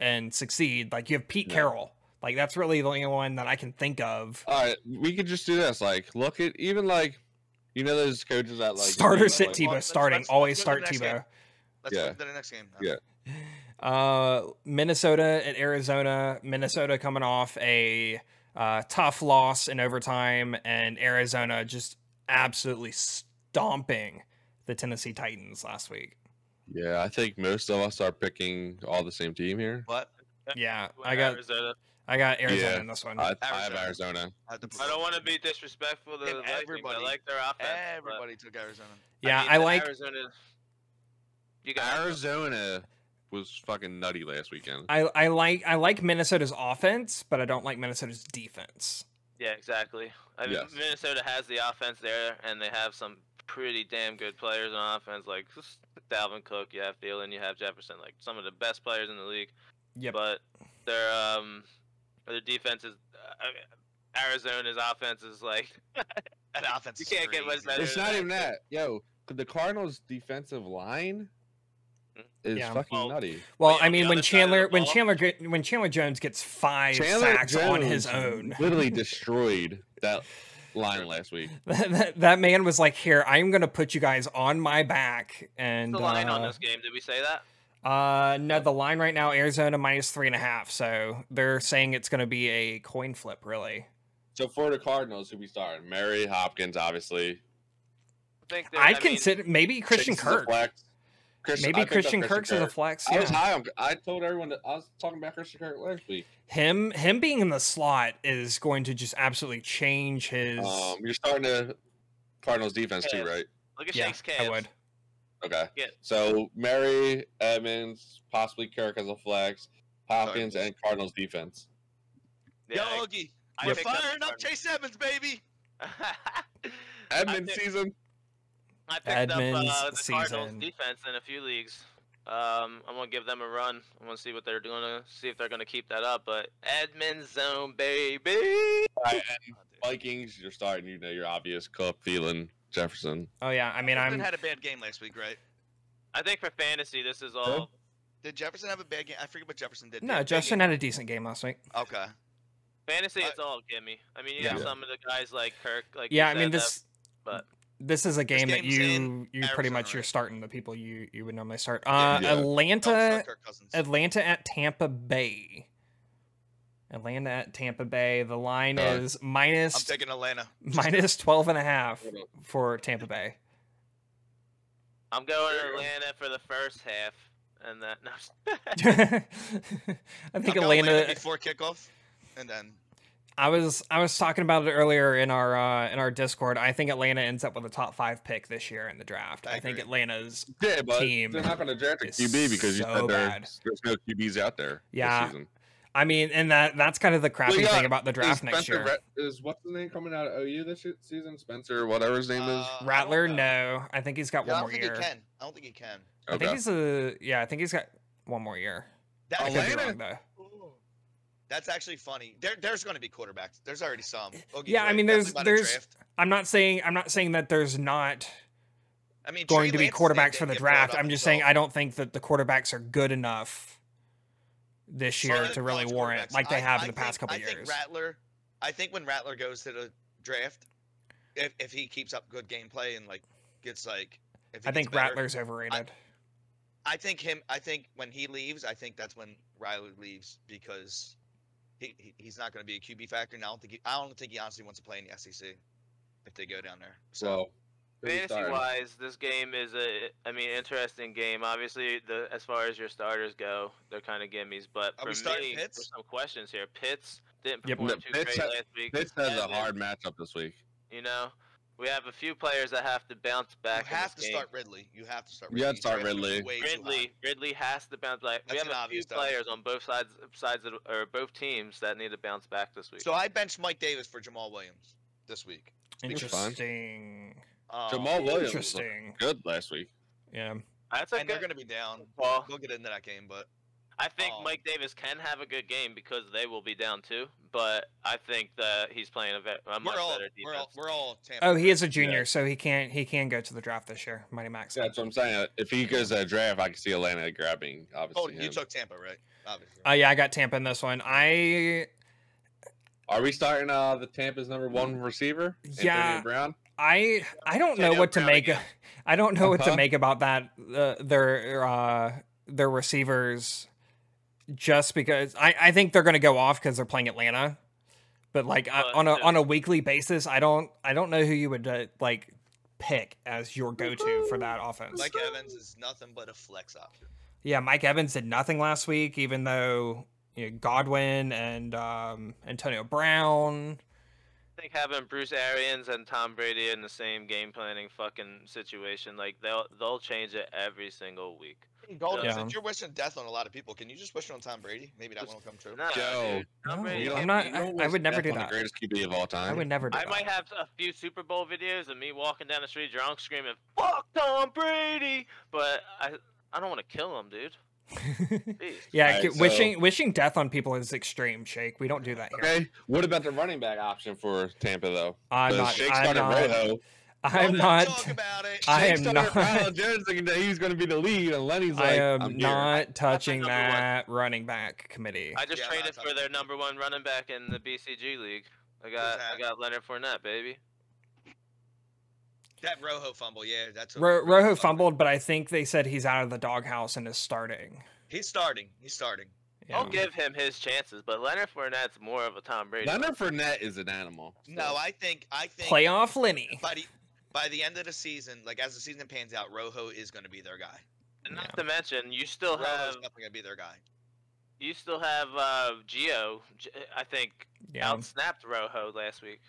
and succeed. Like you have Pete
No.
Carroll. Like that's really the only one that I can think of.
All right, we could just do this. Like, look at even like, you know, those coaches that like
Starter
like,
sit
like-
Tebow
Let's-
starting.
let's-
Always
let's
start
go to the next
Tebow.
let's
yeah.
look at the next game. now.
Yeah.
Uh, Minnesota at Arizona. Minnesota coming off a uh, tough loss in overtime, and Arizona just absolutely stomping the Tennessee Titans last week.
Yeah, I think most of us are picking all the same team here.
What?
Yeah,
Where
I got
Arizona-
I got Arizona
Yeah.
in this one.
I, I have
Arizona.
Arizona.
I, had to
I
pull
don't
up.
want to be disrespectful to
Yeah,
the Vikings. but I
everybody-
like their offense. but-
Everybody took Arizona.
yeah, I,
mean, the
like
Arizona. You got
Arizona was fucking nutty last weekend.
I, I like I like Minnesota's offense, but I don't like Minnesota's defense.
Yeah, exactly. I mean,
Yes.
Minnesota has the offense there, and they have some pretty damn good players on offense, like Dalvin Cook. You have Thielen, you have Jefferson, like some of the best players in the league.
Yep.
But their um, their defense is. uh, I mean, Arizona's offense is like
That offense.
You
is
can't get much
crazy.
better.
It's not even that, yo. The Cardinals' defensive line is
Yeah.
fucking
Well,
nutty.
Well,
Wait,
I
on the
mean, when
other side of the
Chandler when
ball?
Chandler get- when Chandler Jones gets five sacks on his own,
literally destroyed that line last week.
that, that, that man was like, "Here, I'm gonna put you guys on my back." And
the line
uh,
on this game. Did we say that?
uh, no, the line right now, Arizona minus three and a half. So they're saying it's gonna be a coin flip, really.
So for the Cardinals, who we started, Mary Hopkins, obviously.
I think that-
I'd
I mean,
consider maybe Christian
Chase is a
Kirk.
flex. Chris, I
Maybe
picked up
Christian Kirk's is a
Kirk.
flex.
I was
Yeah.
high on. I told everyone that I was talking about Christian Kirk last week.
Him him being in the slot is going to just absolutely change his
Um, you're starting to Cardinals defense too,
Yeah.
right?
Look at
yeah,
Shank's
I
cams.
would.
Okay.
Yeah.
So Mary Evans, possibly Kirk as a flex, Hopkins, and Cardinals defense.
Yeah,
Yo,
I-
Ogie,
I
we're
picked up
firing up,
Cardinals.
Chase Evans, baby.
I
Edmund
picked-
season.
I picked up uh, the
Edmonds
Cardinals
season.
defense in a few leagues. Um, I'm gonna give them a run. I'm gonna see what they're doing. See if they're gonna keep that up. But Edmonds zone, baby.
Alright,
Oh, dude.
Vikings, you're starting. You know your obvious Cup, Thielen, Jefferson.
Oh yeah, I mean
Jefferson
I'm
had a bad game last week, right?
I think for fantasy, this is all.
Did Jefferson have a bad game? I forget what Jefferson did. He had
no
a bad
Justin
game.
had a decent game last week.
Okay.
Fantasy,
I-
it's all gimme. I mean, you
Yeah.
have some of the guys like Kirk, like you
yeah, I
said,
mean
that-
this
but-
this is a game that
game's
you
in
you pretty
Arizona,
much you're
right?
starting the people you you would normally start. Uh,
Yeah.
Don't
Atlanta
start Kirk Cousins.
Atlanta at Tampa Bay. Atlanta at Tampa Bay. The line
Uh,
is
I'm
minus
taking Atlanta.
minus 12 and a half
Hold up.
for Tampa Bay.
I'm going
Sure.
to Atlanta for the first half, and then no, I'm just-
I
I'm
think
going Atlanta.
Atlanta
before kickoff, and then
I was I was talking about it earlier in our uh, in our Discord. I think Atlanta ends up with a top 5 pick this year in the draft.
I
I, think
agree.
Atlanta's
Yeah, but
Team
they're not going to draft a
is
QB because you
so
said there-
bad.
there's no QBs out there.
Yeah.
This season.
I mean, and that that's kind of the crappy
yeah,
thing about the draft
is
next
Spencer
year.
uh,
Ra- is what's the name coming out of OU this shit- season? Spencer, whatever his name
uh, I don't
Rattler,
know.
no. I think he's got
Yeah,
one
I don't
more
think
year.
he can. I don't think he can.
is.
I think he's a yeah. I think he's got one more year. I
That's,
could be
Atlanta?
wrong, though.
that's actually funny. There, there's going to be quarterbacks. There's already some. Oogie's
Yeah, I
right.
mean, there's-
Definitely by the
there's-
draft.
I'm not saying I'm not saying that there's not
I mean,
going
Trey
to be
Lance didn't
quarterbacks for the
get brought
draft.
up
I'm just
until-
saying I don't think that the quarterbacks are good enough this
Some of
year
the
to really
college
warrant
quarterbacks,
like they
I-
have
I
in the past
think-
couple
I
years.
Think Rattler, I think when Rattler goes to the draft, if, if he keeps up good gameplay and like gets like, if he
I
gets
think
better,
Rattler's overrated.
I think him. I think when he leaves, I think that's when Riley leaves because he, he he's not going to be a QB factor. And I don't think he, I don't think he honestly wants to play in the SEC if they go down there. So
so who's he
fantasy
starting?
wise, this game is a, I mean, interesting game. Obviously, the as far as your starters go, they're kind of gimmies. But
Are
for
we starting
me,
Pitts?
there's some questions here. Pitts didn't
Yep.
perform
No,
too
Pitts
great
had-
last week.
Pitts has a
Evans,
hard matchup this week.
You know, we have a few players that have to bounce back. in
you have to
this game.
start Ridley. You have to start.
You
Ridley.
have to
He's
start
drafted
Ridley.
way too high.
Ridley, Ridley has to bounce back.
That's an
we have a few
obvious dub.
players on both sides, sides of, or both teams that need to bounce back this week.
So I benched Mike Davis for Jamal Williams this week.
think it's fine.
Interesting.
Um,
Jamal Williams was
Interesting.
good last week.
Yeah.
That's a
and they're
good
going to be down.
call.
We'll get into that game, but
I think
Um,
Mike Davis can have a good game because they will be down too. But I think that he's playing a, ve- a much
we're all,
better defense.
we're all we're all Tampa.
Oh, he
right?
is a junior, so he can't he can go to the draft this year. Mighty Max.
So that's what I'm saying. If he goes to a draft, I can see Atlanta grabbing obviously
Oh, you
him.
took Tampa, right? Obviously.
Uh, yeah, I got Tampa in this one. I
Are we starting uh the Tampa's number one receiver?
Yeah.
Antonio Brown.
I I don't know
Antonio
what to
Brown
make.
again.
I don't know what to
Uh-huh.
make about that. Uh, their uh, their receivers, just because I I think they're going to go off because they're playing Atlanta, but like I,
Well,
on a
yeah.
on a weekly basis, I don't I don't know who you would uh, like pick as your go to for that offense.
Mike Evans is nothing but a flex option.
yeah, Mike Evans did nothing last week, even though you know, Godwin and um, Antonio Brown.
I think having Bruce Arians and Tom Brady in the same game planning fucking situation, like they'll they'll change it every single week.
Golden,
Yeah.
since you're wishing death on a lot of people, can you just wish it on Tom Brady? Maybe that
Just-
one will come true.
Nah,
Yo.
dude, Tom
No,
Brady-
you
don't-
I'm not- I-
don't
I
wish
would never
death
do
on
that.
The greatest QB of all time.
I would never. Do
I
that.
might have a few Super Bowl videos of me walking down the street drunk, screaming "Fuck Tom Brady," but I I don't want to kill him, dude. Jeez.
Yeah,
Right,
ki-
so-
wishing wishing death on people is extreme, Shake. We don't do that here.
Okay. What about the running back option for Tampa though?
I'm
'Cause
not.
Shake
I'm
started
not.
Rojo.
I'm
Don't
not.
Talk about it.
I
Shake
am
started
not-
Ronald Jones thinking that he's going to be the lead, and Lenny's like,
I
I'm
am
here.
not touching
number one.
that running back committee.
I just
Yeah, I'm not
traded for
talking
their
about that.
number one running back in the BCG league. I got I
that?
got Leonard Fournette, baby.
That Rojo fumble, yeah, that's a
Ro-
real
Rojo
fucker.
fumbled, but I think they said he's out of the doghouse and is starting.
He's starting. He's starting.
I'll
Yeah.
give him his chances, but Leonard Fournette's more of a Tom Brady.
Leonard Fournette is an animal.
No, I think I think
Playoff Lenny.
by the by the end of the season, like as the season pans out, Rojo is going to be their guy.
And not to mention, you still
Romo's
have
definitely gonna be their guy.
you still have uh, Geo. G- I think
Yeah.
out snapped Rojo last week.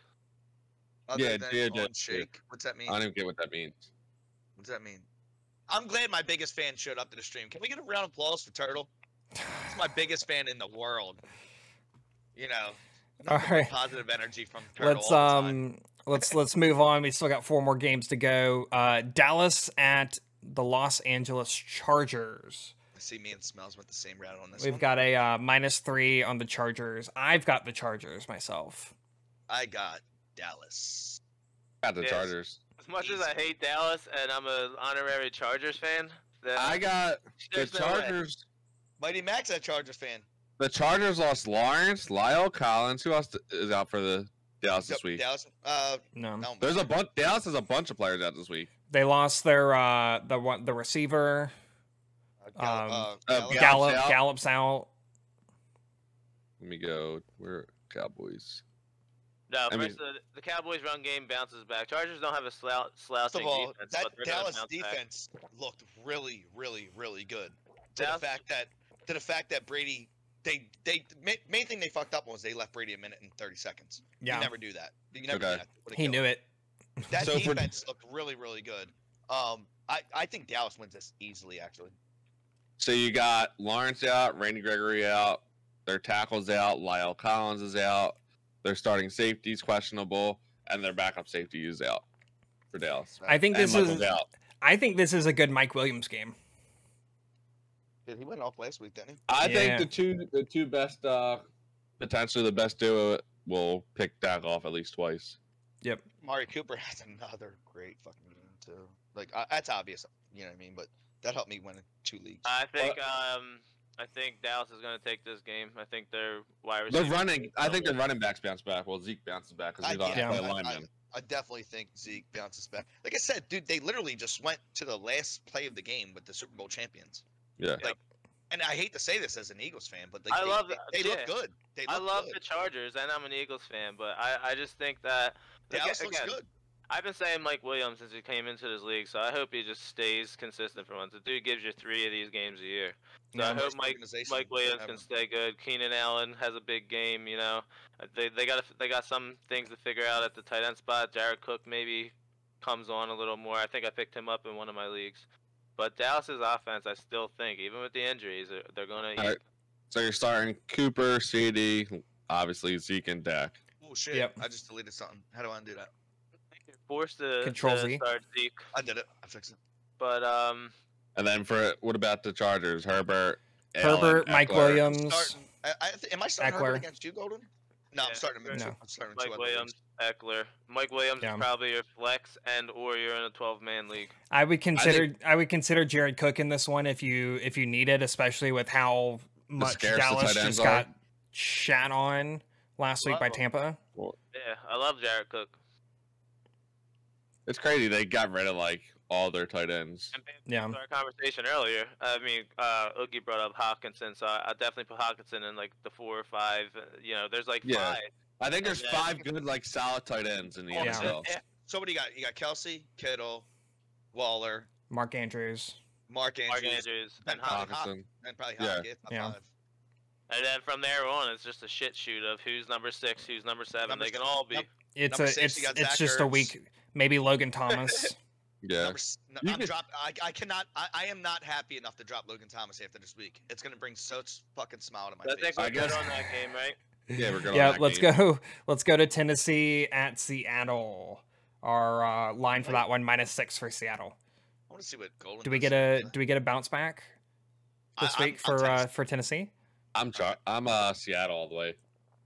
Other
Yeah,
than
Geo
on
does, too.
shake. What's that mean?
I don't get what that means.
What does that mean? I'm glad my biggest fan showed up to the stream. Can we get a round of applause for Turtle? He's my biggest fan in the world. You know,
All right.
positive energy from Turtle.
Let's
all the time.
um let's let's move on. We still got four more games to go. Uh Dallas at the Los Angeles Chargers.
I see me and Smells went the same route on this
We've
one.
got a uh, minus three on the Chargers. I've got the Chargers myself.
I got Dallas.
Got the
Yes.
Chargers.
As much as
Easy.
I hate Dallas and I'm an honorary Chargers fan, then
I got the
there's no way.
Chargers.
Mighty Max, a Charger fan.
The Chargers lost Lawrence, Lyle Collins. Who else is out for the Dallas this
Nope,
week?
Dallas. Uh,
No,
Elm.
There's a bunch. Dallas has a bunch of players out this week.
they lost their uh the one the receiver
Uh, Gal-
um,
uh,
uh,
Dallas.
Gal-
Gallup
out.
Gallup's out.
Let me go. We're Cowboys.
no.
I mean-
first, the, the Cowboys' run game bounces back. Chargers don't have a slou- slouching
First of all,
defense,
that
but they're gonna
Dallas
bounce back.
defense looked really, really, really good. To
Dallas-
the fact that, to the fact that Brady, they, they, ma- main thing they fucked up was they left Brady a minute and thirty seconds.
Yeah,
You never do that. You never
Okay.
do that. Would've
he
killed.
knew it.
That
So for-
defense looked really, really good. Um, I, I think Dallas wins this easily, actually.
So you got Lawrence out, Randy Gregory out, their tackles out, Lyle Collins is out, their starting safety is questionable, and their backup safety is out for
Oh,
Dallas.
I think
And
this
Michael's
is
out.
I think this is a good Mike Williams game.
Dude, he went off last week, didn't he?
I
Yeah.
think the two the two best uh potentially the best duo will pick Dak off at least twice.
Yep.
Mari Cooper has another great fucking game too. Like I, that's obvious, you know what I mean. But that helped me win two leagues.
I think um I think Dallas is gonna take this game. I think their wide
The
receiver.
running I think the running backs bounce back. Well Zeke bounces back because
I,
we don't
yeah,
play
I- I-
linemen.
I definitely think Zeke bounces back. Like I said, dude, they literally just went to the last play of the game with the Super Bowl champions.
Yeah.
Like, and I hate to say this as an Eagles fan, but like,
I
they,
love
they,
that-
they
yeah.
look good. They look
I love
good.
the Chargers, and I'm an Eagles fan, but I, I just think that aga-
Dallas looks
again,
good.
I've been saying Mike Williams since he came into this league, so I hope he just stays consistent for once. The dude gives you three of these games a year. So I
Worst
hope Mike
organization
Mike Williams
ever.
can stay good. Keenan Allen has a big game, you know. Uh, They they got they got some things to figure out at the tight end spot. Jared Cook maybe comes on a little more. I think I picked him up in one of my leagues. But Dallas's offense, I still think, even with the injuries, they're, they're going to.
All right. So you're starting Cooper, C D, obviously Zeke and Dak.
Oh shit!
Yep.
I just deleted something. How do I undo that?
force the
Control
to
Z.
start Zeke.
I did it. I fixed it.
But um,
And then for what about the Chargers? Herbert, Allen,
Herbert, Mike
Eckler.
Williams.
Starting. I, I th- am I starting Herbert
Mm, Eckler.
against you, Golden? No,
Yeah,
I'm starting him. in
No.
two- I'm starting him in two
Mike
other leagues.
Williams, Eckler, Mike Williams
Yeah.
is probably your flex, and or you're in a 12-man league.
I would consider I, would consider Jared Cook in this one if you if you need it, especially with how much
scarce the
Dallas
tight ends
just
are.
got shat on last week by
Wow.
Tampa.
Yeah, I love Jared Cook.
It's crazy. They got rid of like all their tight ends.
And back
Yeah.
to our conversation earlier, I mean, uh, Oogie brought up Hawkinson, so I, I definitely put Hawkinson in like the four or five. uh, You know, there's like
Yeah.
five.
I think there's
Yeah.
five good like solid tight ends in the
Oh,
Yeah.
NFL.
yeah. So what do you got? You got Kelsey, Kittle, Waller,
Mark Andrews.
Mark Andrews,
Mark Andrews and
and
Hawkinson.
Hawkinson.
and probably
Yeah.
Hopkins. top
Yeah.
five.
And then from there on, it's just a shit shoot of who's number six, who's number seven.
Number
they can
six-
all be.
yep.
It's
Number
a
six,
it's
you got
it's
Zach
just a
Ertz.
week. Maybe Logan Thomas.
Yeah.
Number s- no,
You
I'm
could-
drop, I, I cannot. I, I am not happy enough to drop Logan Thomas after this week. It's gonna bring such fucking smile to my
I
face.
think we're
I
good
guess-
on that game, right?
Yeah, we're going
yeah,
on that
let's
game.
go. Let's go to Tennessee at Seattle. Our uh, line for that one minus six for Seattle.
I want to see what Golden.
Do we
does.
get a do we get a bounce back
I-
this
I'm-
week
I'm
for
Tennessee.
uh, for Tennessee?
I'm char- I'm uh Seattle all the way.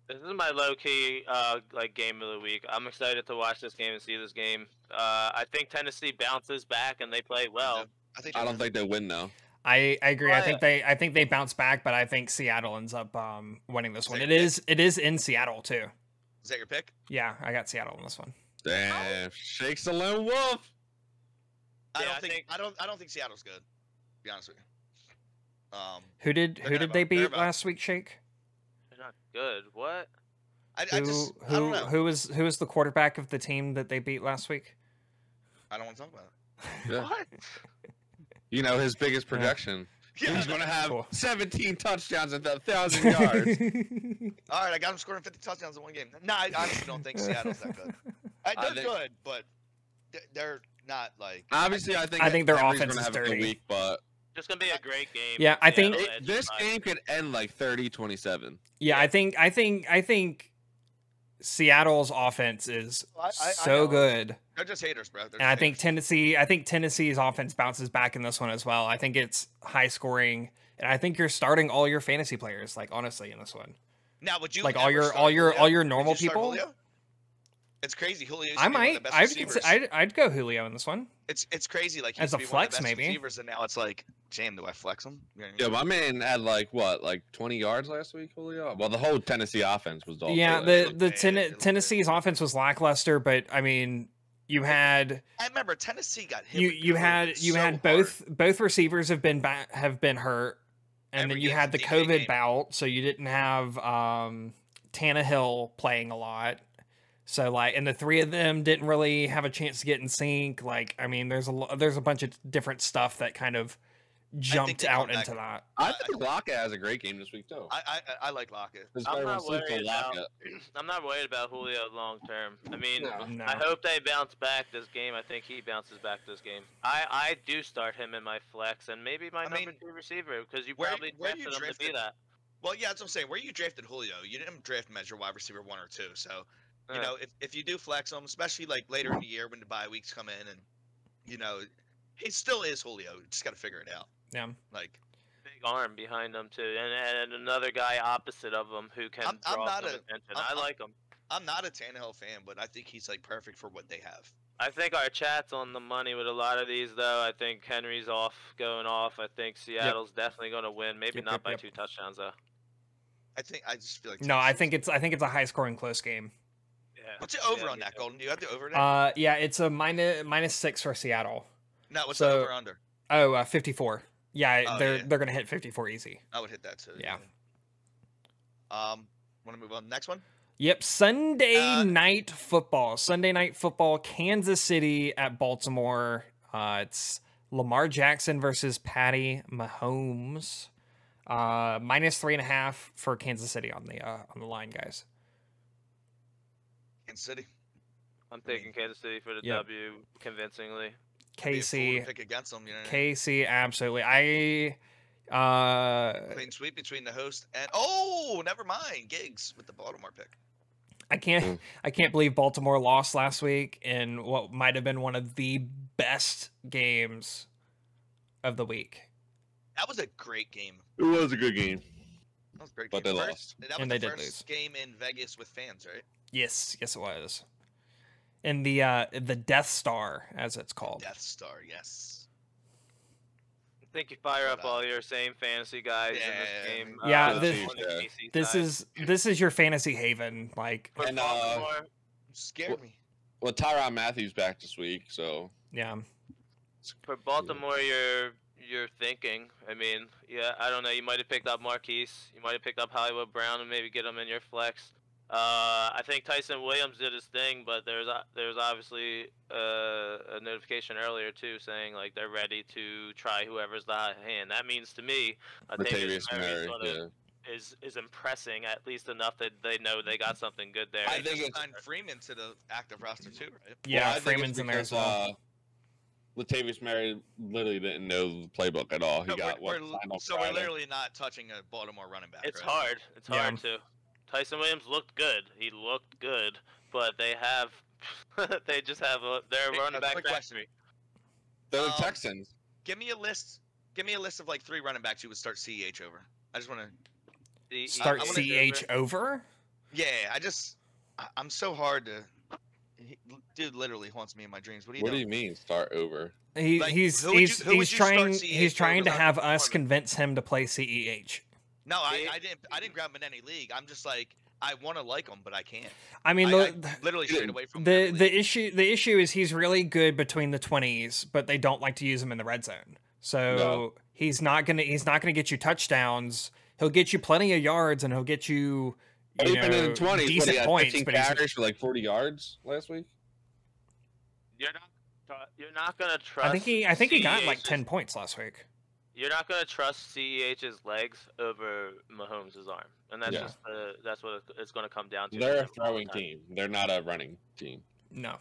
This is my low key uh, like game of the week. I'm excited to watch this game and see this game. Uh, I think Tennessee bounces back and they play well.
I think.
I
they
don't
win.
think they win though.
I, I agree. I
Right.
think they I think they bounce back, but I think Seattle ends up um, winning this one.
Same
It is it is in Seattle too.
Is that your pick?
Yeah, I got Seattle in this one.
Damn, shakes the lone wolf.
I
Yeah,
don't
I
think,
think-
I don't. I don't think Seattle's good. To be honest with you. Um,
Who did
They're
who
not
did
about-
they
they're
beat
about-
last week, Shake?
They're not good. What?
I,
Who
I just. I
who
don't know.
who is who is the quarterback of the team that they beat last week?
I don't want to talk about it.
Yeah.
What?
You know, his biggest
Yeah.
production. He's going to have
Cool.
17 touchdowns and 1,000 yards.
All right, I got him scoring 50 touchdowns in one game. No, I honestly don't think Seattle's that good. I,
I
they're
think-
good, but th- they're not like.
Obviously, I think
I think their
Henry's
offense
gonna
is
have a good
dirty.
week, but
Just gonna be a great game.
Yeah, I think-
Seattle
it-
edges
this
by-
game could end like 30-27.
yeah, I think I think I think Seattle's offense is
I- I- I
so
know.
good.
They're just haters, bro. They're
And I
just
think
haters.
Tennessee, I think Tennessee's offense bounces back in this one as well. I think it's high scoring, and I think you're starting all your fantasy players, like honestly, in this one.
now would you
like all
ever
your
start
all your all
Julio?
your
Would
normal
you start
people.
Julio? It's crazy. Julio.
I might.
Be one
I'd,
of the
consi-
best i
I'd I'd go Julio in this one.
It's it's crazy. Like he
As
used
a
to be one of
flex,
the best
maybe.
receivers, and now it's like, Jam, do I flex him? You know what I mean?
Yeah, my man had like what, like 20 yards last week, Julio? Well, the whole Tennessee offense was dog.
yeah,
shit.
the
looked
the
bad.
Ten-
It looked bad.
Tennessee's offense was lackluster, but I mean, you had
I remember Tennessee got hit.
you
with
you
COVID
had you
so
had
hard.
both both receivers have been ba- have been hurt, and
Every
then you
game's
had
a
the
DK
COVID
game.
bout, so you didn't have um Tannehill playing a lot. So like, and the three of them didn't really have a chance to get in sync. Like, I mean, there's a lo- there's a bunch of different stuff that kind of jumped
they
out
come back.
into that.
I think Lockett has a great game this week, too.
I I, I- I like Lockett.
Because
I'm
everyone
not
sleeps on
worried about-
Lockett.
I'm not worried about Julio long term. I mean,
No.
No.
I hope they bounce back this game. I think he bounces back this game. I, I do start him in my flex and maybe my
I
number
mean,
two receiver because you
where-
probably
where you
drafted him to be
drafted-
that.
Well, yeah, that's what I'm saying. Where you drafted Julio, you didn't draft measure wide receiver one or two. So, you
Uh.
know, if, if you do flex him, especially like later in the year when the bye weeks come in, and you know, he still is Julio. You just got to figure it out.
Yeah.
Like,
Big arm behind him too, and, and another guy opposite of him who can
I'm- I'm
draw
not
some
a-
attention.
I'm-
i
I'm-
like him.
I'm not a Tannehill fan, but I think he's like perfect for what they have.
I think our chat's on the money with a lot of these though. I think Henry's off, going off. I think Seattle's definitely going to win. Maybe
Yep,
not
yep,
by
yep.
two touchdowns though.
I think I just feel like.
No, I
Tennessee's-
think it's I think it's a high scoring close game.
Yeah.
What's the over
Yeah,
on
me
that,
too.
Golden? Do you have the over? Now?
Uh, yeah, it's a minus minus six for Seattle.
no, what's
so-
the over under?
Oh, uh, 54. Yeah,
Oh,
they're
yeah.
they're gonna hit 54 easy.
I would hit that too.
Yeah.
Um, want to move on to the next one?
Yep, Sunday
Uh,
night football. Sunday night football. Kansas City at Baltimore. Uh, it's Lamar Jackson versus Patty Mahomes. Uh, minus three and a half for Kansas City on the uh, on the line, guys.
Kansas City.
I'm taking Kansas City for the
Yeah.
W convincingly.
Be a fool to
KC,
Pick against them. You know. what I mean?
KC, absolutely. I uh,
Clean sweep between the host and oh, never mind, Gigs with the Baltimore pick.
I can't
Mm.
I can't believe Baltimore lost last week in what might have been one of the best games of the week.
That was a great game.
It was a good game.
That was a great.
But
game.
they
First- That was
And
the
they did
first
lose.
game in Vegas with fans, right?
Yes, yes it was. And the uh the Death Star as it's called.
Death Star, yes.
I think you fire
Hold
up
on.
all your same fantasy guys
Yeah.
in this game.
Yeah,
uh,
this-
on the
Yeah.
KC
This
side.
is this is your fantasy haven like
For
And, uh,
Baltimore,
You scared
Well-
me.
Well, Tyron Matthews back this week, so
yeah.
for Baltimore, you're you're thinking. I mean, yeah, I don't know. You might have picked up Marquise. You might have picked up Hollywood Brown and maybe get him in your flex. Uh, I think Tyson Williams did his thing, but there's o- there's obviously uh, a notification earlier too saying like they're ready to try whoever's the hot hand. That means to me, I think
Latavius
it's
Murray.
sort of
Yeah.
is is impressing at least enough that they know they got something good there.
I
They
think
just
it's-
Signed Freeman to the active roster too, right?
Yeah,
I think it's
Freeman's in there as
because,
well.
Uh, Latavius Murray literally didn't know the playbook at all. He
No,
got what,
we're- we're li-
signed on
so
Friday.
we're literally not touching a Baltimore running back.
It's
right?
hard. It's
Yeah.
hard to. Tyson Williams looked good. He looked good, but they have, they just have a they're
Hey,
running
a
back
quick question.
factory.
They're
um,
the Texans.
Give me a list. Give me a list of like three running backs you would start Ceh over. I just want to.
The-
Start
I wanna-
CH over?
Yeah, I just. I, I'm so hard to. He, dude literally haunts me in my dreams. What do you
What
know?
do you mean start over?
He,
Like,
he's
who would you-
he's
who would
he's
you start
trying
CH
he's trying
over
to
without
have us
performing?
convince him to play E CEH.
No, I,
It-
I didn't. I didn't grab him in any league. I'm just like I want to like him, but I can't.
I mean
I-
the,
I- Literally straight away from
the
every league.
the issue the issue is he's really good between the 20s but they don't like to use him in the red zone so
No.
he's not gonna he's not gonna get you touchdowns he'll get you plenty of yards and he'll get you, you
Even
know,
in the 20s, what, he
decent
had
points
15
but he's,
carries for like 40 yards last week.
You're not tru- you're not gonna trust.
I think he I think he got like
CEH's
ten points last week.
You're not gonna trust Ceh's legs over Mahomes' arm, and that's
Yeah.
just the, that's what it- it's gonna come down to.
They're a
for them all the
throwing
time.
team. They're not a running team.
No.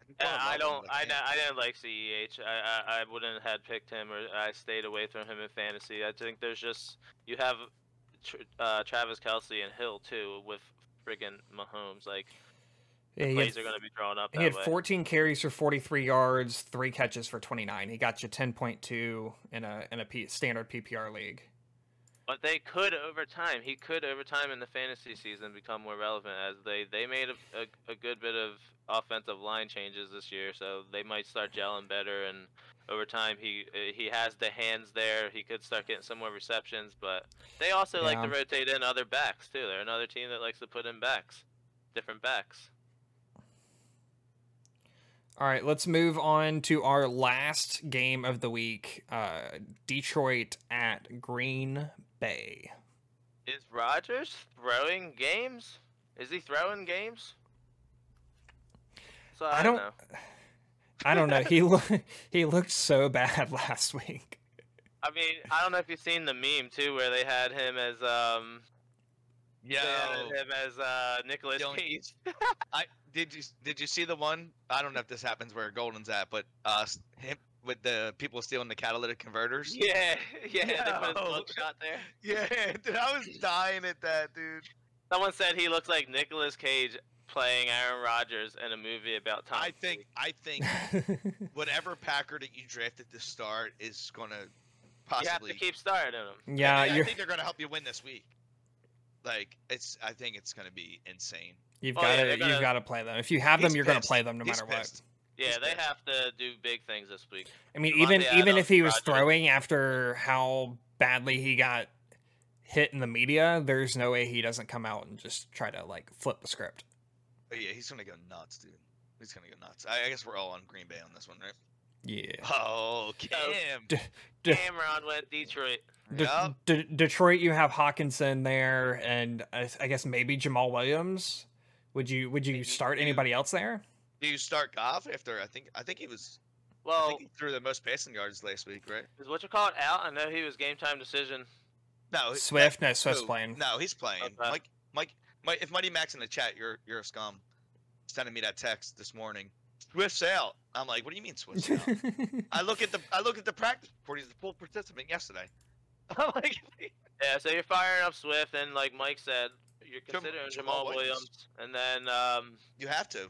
can
And
call him
Uh, I
Elvin,
don't.
but
I,
can't.
di- I didn't like Ceh. I, I I wouldn't had picked him, or I stayed away from him in fantasy. I think there's just you have tr- uh, Travis Kelsey and Hill too with friggin' Mahomes. Like
Yeah, he
plays
had,
are gonna be drawn up
he
that
had
way.
14 carries for 43 yards, three catches for 29. He got you 10.2 in a in a P, standard PPR league.
But they could over time. He could over time in the fantasy season become more relevant as they they made a, a, a good bit of offensive line changes this year, so they might start gelling better. And over time, he uh, he has the hands there. He could start getting some more receptions. But they also like to
Yeah.
rotate in other backs too. They're another team that likes to put in backs, different backs.
All right, let's move on to our last game of the week. Uh, Detroit at Green Bay.
Is Rogers throwing games? Is he throwing games? So I,
I
don't
don't-
know.
I don't know. He lo- he looked so bad last week.
I mean, I don't know if you've seen the meme too, where they had him as um,
Yo,
they had
Oh.
him as uh Nicholas
Don't-
Cage.
I did you did you see the one? I don't know if this happens where Golden's at, but uh, s- him with the people stealing the catalytic converters.
Yeah, yeah, they put his
No.
mug shot there.
Yeah, dude, I was dying at that, dude.
Someone said he looks like Nicolas Cage playing Aaron Rodgers in a movie about Tom.
I think
Brady.
I think whatever Packer that you drafted to start is gonna
you have to
possibly.
keep starting him.
yeah,
I
Uh, you're,
think they're gonna help you win this week. Like it's, I think it's gonna be insane.
you've
Oh,
got
yeah,
to
they're
you've
gonna-
got to play them. If you have them,
He's
you're going to
pissed.
play them no
He's
matter what.
pissed.
Yeah,
He's
they
pissed.
have to do big things this week.
I mean,
Devontae
even even if he was
Adams, Rodgers.
throwing after how badly he got hit in the media, there's no way he doesn't come out and just try to like flip the script.
Oh, yeah, he's gonna go nuts, dude. He's gonna go nuts. I, I guess we're all on Green Bay on this one, right?
Yeah.
Oh, Cam.
De-
Cameron went Detroit.
De-
Yup.
De- Detroit, you have Hawkinson there, and I, I guess maybe Jamal Williams. Would you would you
Maybe
start
you-
anybody else there?
Do you start Goff after? I think I think he was. I
Well,
Oh.
think he threw the most passing yards last week, right?
is what you call it out? I know he was game time decision.
No, he-
Swift, no, Swift's
no,
playing.
No, he's playing.
Okay.
Mike, Mike, Mike. If Mighty Max in the chat, you're you're a scum. Sending me that text this morning. Swift's out. I'm like, what do you mean Swift's out? I look at the I look at the practice report. He's the full participant yesterday. I'm like,
Yeah, so you're firing up Swift, and like Mike said, you're
Jam-
considering
Jamal
Jamal,
Williams.
Williams. and then um,
you have to.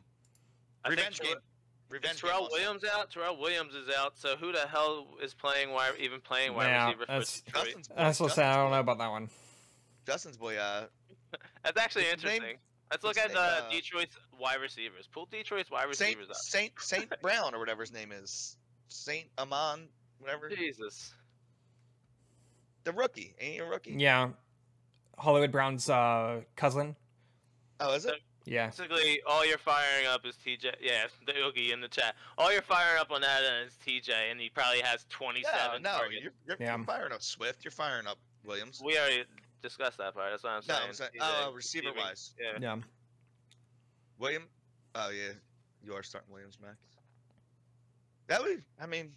I think
Revenge
Ter-
game.
Is
Revenge game.
Terrell
also.
Williams out? Terrell Williams is out. So who the hell is playing wide, even playing wide
Yeah,
receiver for
that's-
Detroit?
Justin's boy.
That's what I
Justin's
said. I don't
boy-
know about that one.
Justin's boy. Uh,
That's actually
What's his name?
interesting. Let's look
What's
at
his
the
name? Uh,
Detroit's wide receivers. Pull Detroit's wide
Saint
receivers up.
Saint Saint Brown or whatever his name is. Saint Amon, whatever.
Jesus.
The rookie. Ain't he a rookie?
Yeah, Hollywood Brown's uh, cousin.
Oh, is it?
Yeah,
Basically, all you're firing up is TJ. Yeah, the Oogie in the chat. All you're firing up on that end is TJ, and he probably has 27
no, no,
targets.
you're, you're,
Yeah.
you're firing up Swift. You're firing up Williams.
We already discussed that part. That's what I'm
No,
saying.
I'm saying,
TJ,
uh, receiver
receiving-
wise,
Yeah.
yeah.
William. Oh yeah, you are starting Williams, Max. That would. I mean,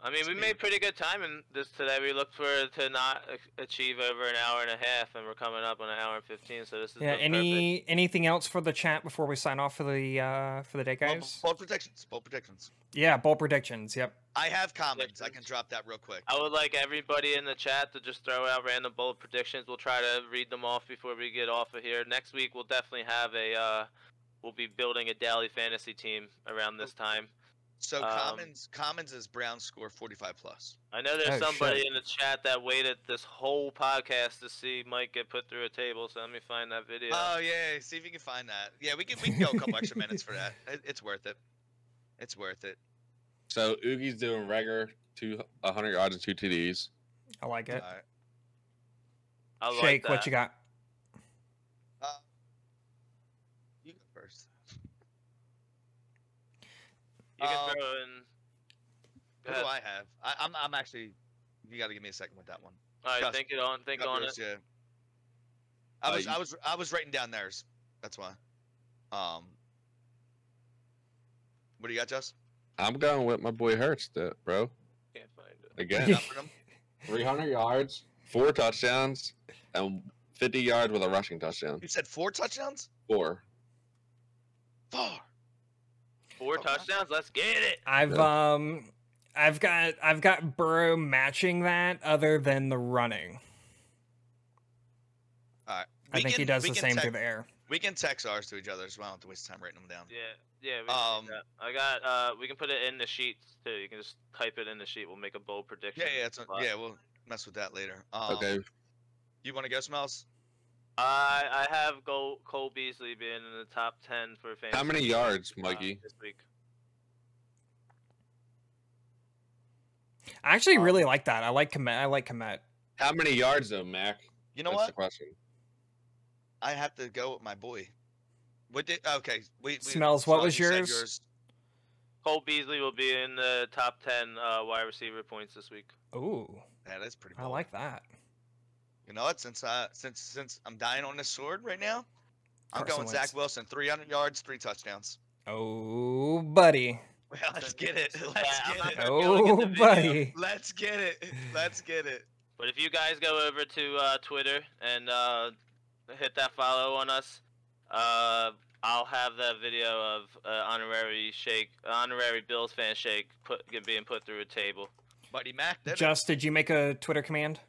I mean, we made
Speed.
pretty good time in this today. We looked for to not a- achieve over an hour and a half, and we're coming up on an hour and fifteen. So this is
Yeah.
been perfect.
Any anything else for the chat before we sign off for the uh, for the day,
bold,
guys?
bold predictions. Bold predictions.
Yeah, bowl predictions. Yep.
I have comments. I can
Predictions.
drop that real quick.
I would like everybody in the chat to just throw out random bullet predictions. We'll try to read them off before we get off of here. Next week, we'll definitely have a. Uh, we'll be building a daily fantasy team around this time.
So
Um,
Commons, Commons is Brown score 45 plus.
I know there's
Oh,
somebody
shit.
in the chat that waited this whole podcast to see Mike get put through a table. So let me find that video.
Uh,
Oh yeah, see if you can find that. Yeah, we can we can go a couple extra minutes for that. It, it's worth it. It's worth it.
So Oogie's doing regular two 100 yards and two TDs.
I like it.
All right.
I like
Shake.
that.
what you got?
You go first.
You can
Um,
throw in.
Who do I have? I, I'm I'm actually. You got to give me a second with that one.
All right,
Trust-
think it on, think
Got
on it.
yours, Yeah. I
Oh,
Uh,
was
you-
I was I was writing down theirs. That's why. Um. What do you got, Just?
I'm going with my boy Hurts, that bro.
Can't find it.
Again,
for them?
300 yards, four touchdowns, and 50 yards with a rushing touchdown.
You said four touchdowns?
Four.
Four.
Four
Oh, wow.
touchdowns. Let's get it.
I've um I've got I've got Burrow matching that other than the running.
All right.
I think he does the same
text,
through the air.
We can text ours to each other, so I don't have to waste time writing them down.
Yeah, yeah. We
Um,
um, I got. Uh, we can put it in the sheets too. You can just type it in the sheet. We'll make a bold prediction.
Yeah, yeah, it's
But
yeah. We'll mess with that later. Um,
Okay.
You want to go, Smells?
I I have Cole, Cole Beasley being in the top ten for fantasy.
How many yards,
uh,
Mikey?
this week.
I actually
um,
really like that. I like Komet. I like Komet.
How many yards, though, Mac?
You know
That's the
what?
question.
I have to go with my boy. What did? Okay. We, we,
Smells, what was
you said
yours?
Cole Beasley will be in the top ten uh, wide receiver points this week.
Ooh,
Yeah, that's pretty.
I
bold.
like that.
You know what? Since uh, since since I'm dying on this sword right now, I'm
Carson
going Zach
Wentz.
Wilson, 300 yards, three touchdowns.
Oh, buddy.
Let's get it.
Yeah,
Let's
I'm not
get it.
gonna be able to
Oh,
get the video.
buddy.
Let's get it. Let's get it.
But if you guys go over to uh, Twitter and uh, hit that follow on us, uh, I'll have that video of uh, honorary shake, honorary Bills fan shake put, get- being put through a table.
Buddy Mac. Did it.
Just, did you make a Twitter command?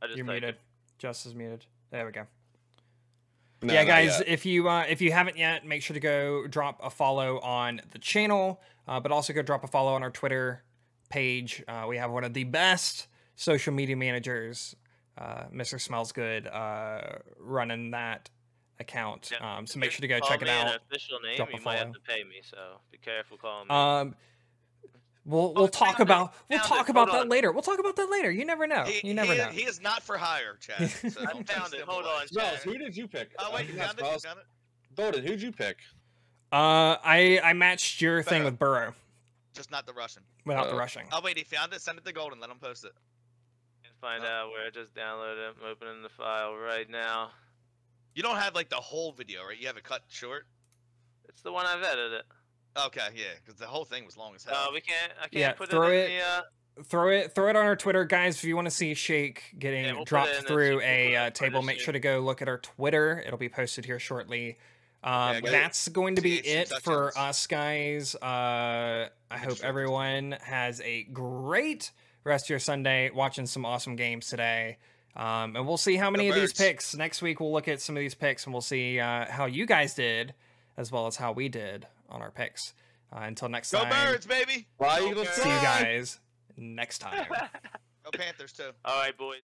I just
You're
typed it.
muted. Just is muted. There we go.
No,
yeah,
not
guys,
yet.
if you uh, if you haven't yet, make sure to go drop a follow on the channel, uh, but also go drop a follow on our Twitter page. Uh, we have one of the best social media managers, uh, Mr. Smells Good, uh, running that account.
Yeah,
Um, so make
If
sure to
you
go
call
check it
me An
out.
official name,
drop a
you might have
follow.
to pay me, so be careful calling me.
Um, we'll
Oh,
we'll
it's
talk
found it,
about we'll
found it,
talk about
hold
that
on.
later. We'll talk about that later. You never know.
He,
you never
he,
know.
He is not for hire, Chad. So
I
don't
found
text
it.
him
Hold
away.
on.
Smells, who did you pick?
Oh wait, you
Not
found it. You
Smells.
found it.
Bowden, who'd you pick?
Uh, I I matched your thing
Burrow.
with Burrow
Just not the Russian.
without the
Uh,
rushing.
Oh wait, he found it. Send it to Golden. Let him post it.
and find
uh,
out where I just downloaded it. I'm opening the file right now.
You don't have like the whole video, right? You have it cut short.
It's the one I've edited.
Okay, yeah, because the whole thing was long as hell.
Uh, we can't. I can't
Yeah,
put
throw
it in
it-
the. Uh,
throw it throw it on our Twitter, guys. If you want to see Shake getting
Yeah, we'll put it in
dropped
the-
through
we'll put
a
it
uh,
in for
table,
this
make
year.
sure to go look at our Twitter. It'll be posted here shortly. Um,
Yeah, go-
that's going to be
THC
it for
touchdowns.
us, guys. Uh, I
Make
hope
sure-
everyone has a great rest of your Sunday, watching some awesome games today. Um, and we'll see how many of these
Birds.
picks next week. We'll look at some of these picks and we'll see uh, how you guys did, as well as how we did on our picks. Uh, until next
Go
time,
Birds, baby.
Why
Okay.
see you guys next time.
Go Panthers too.
all right, boys.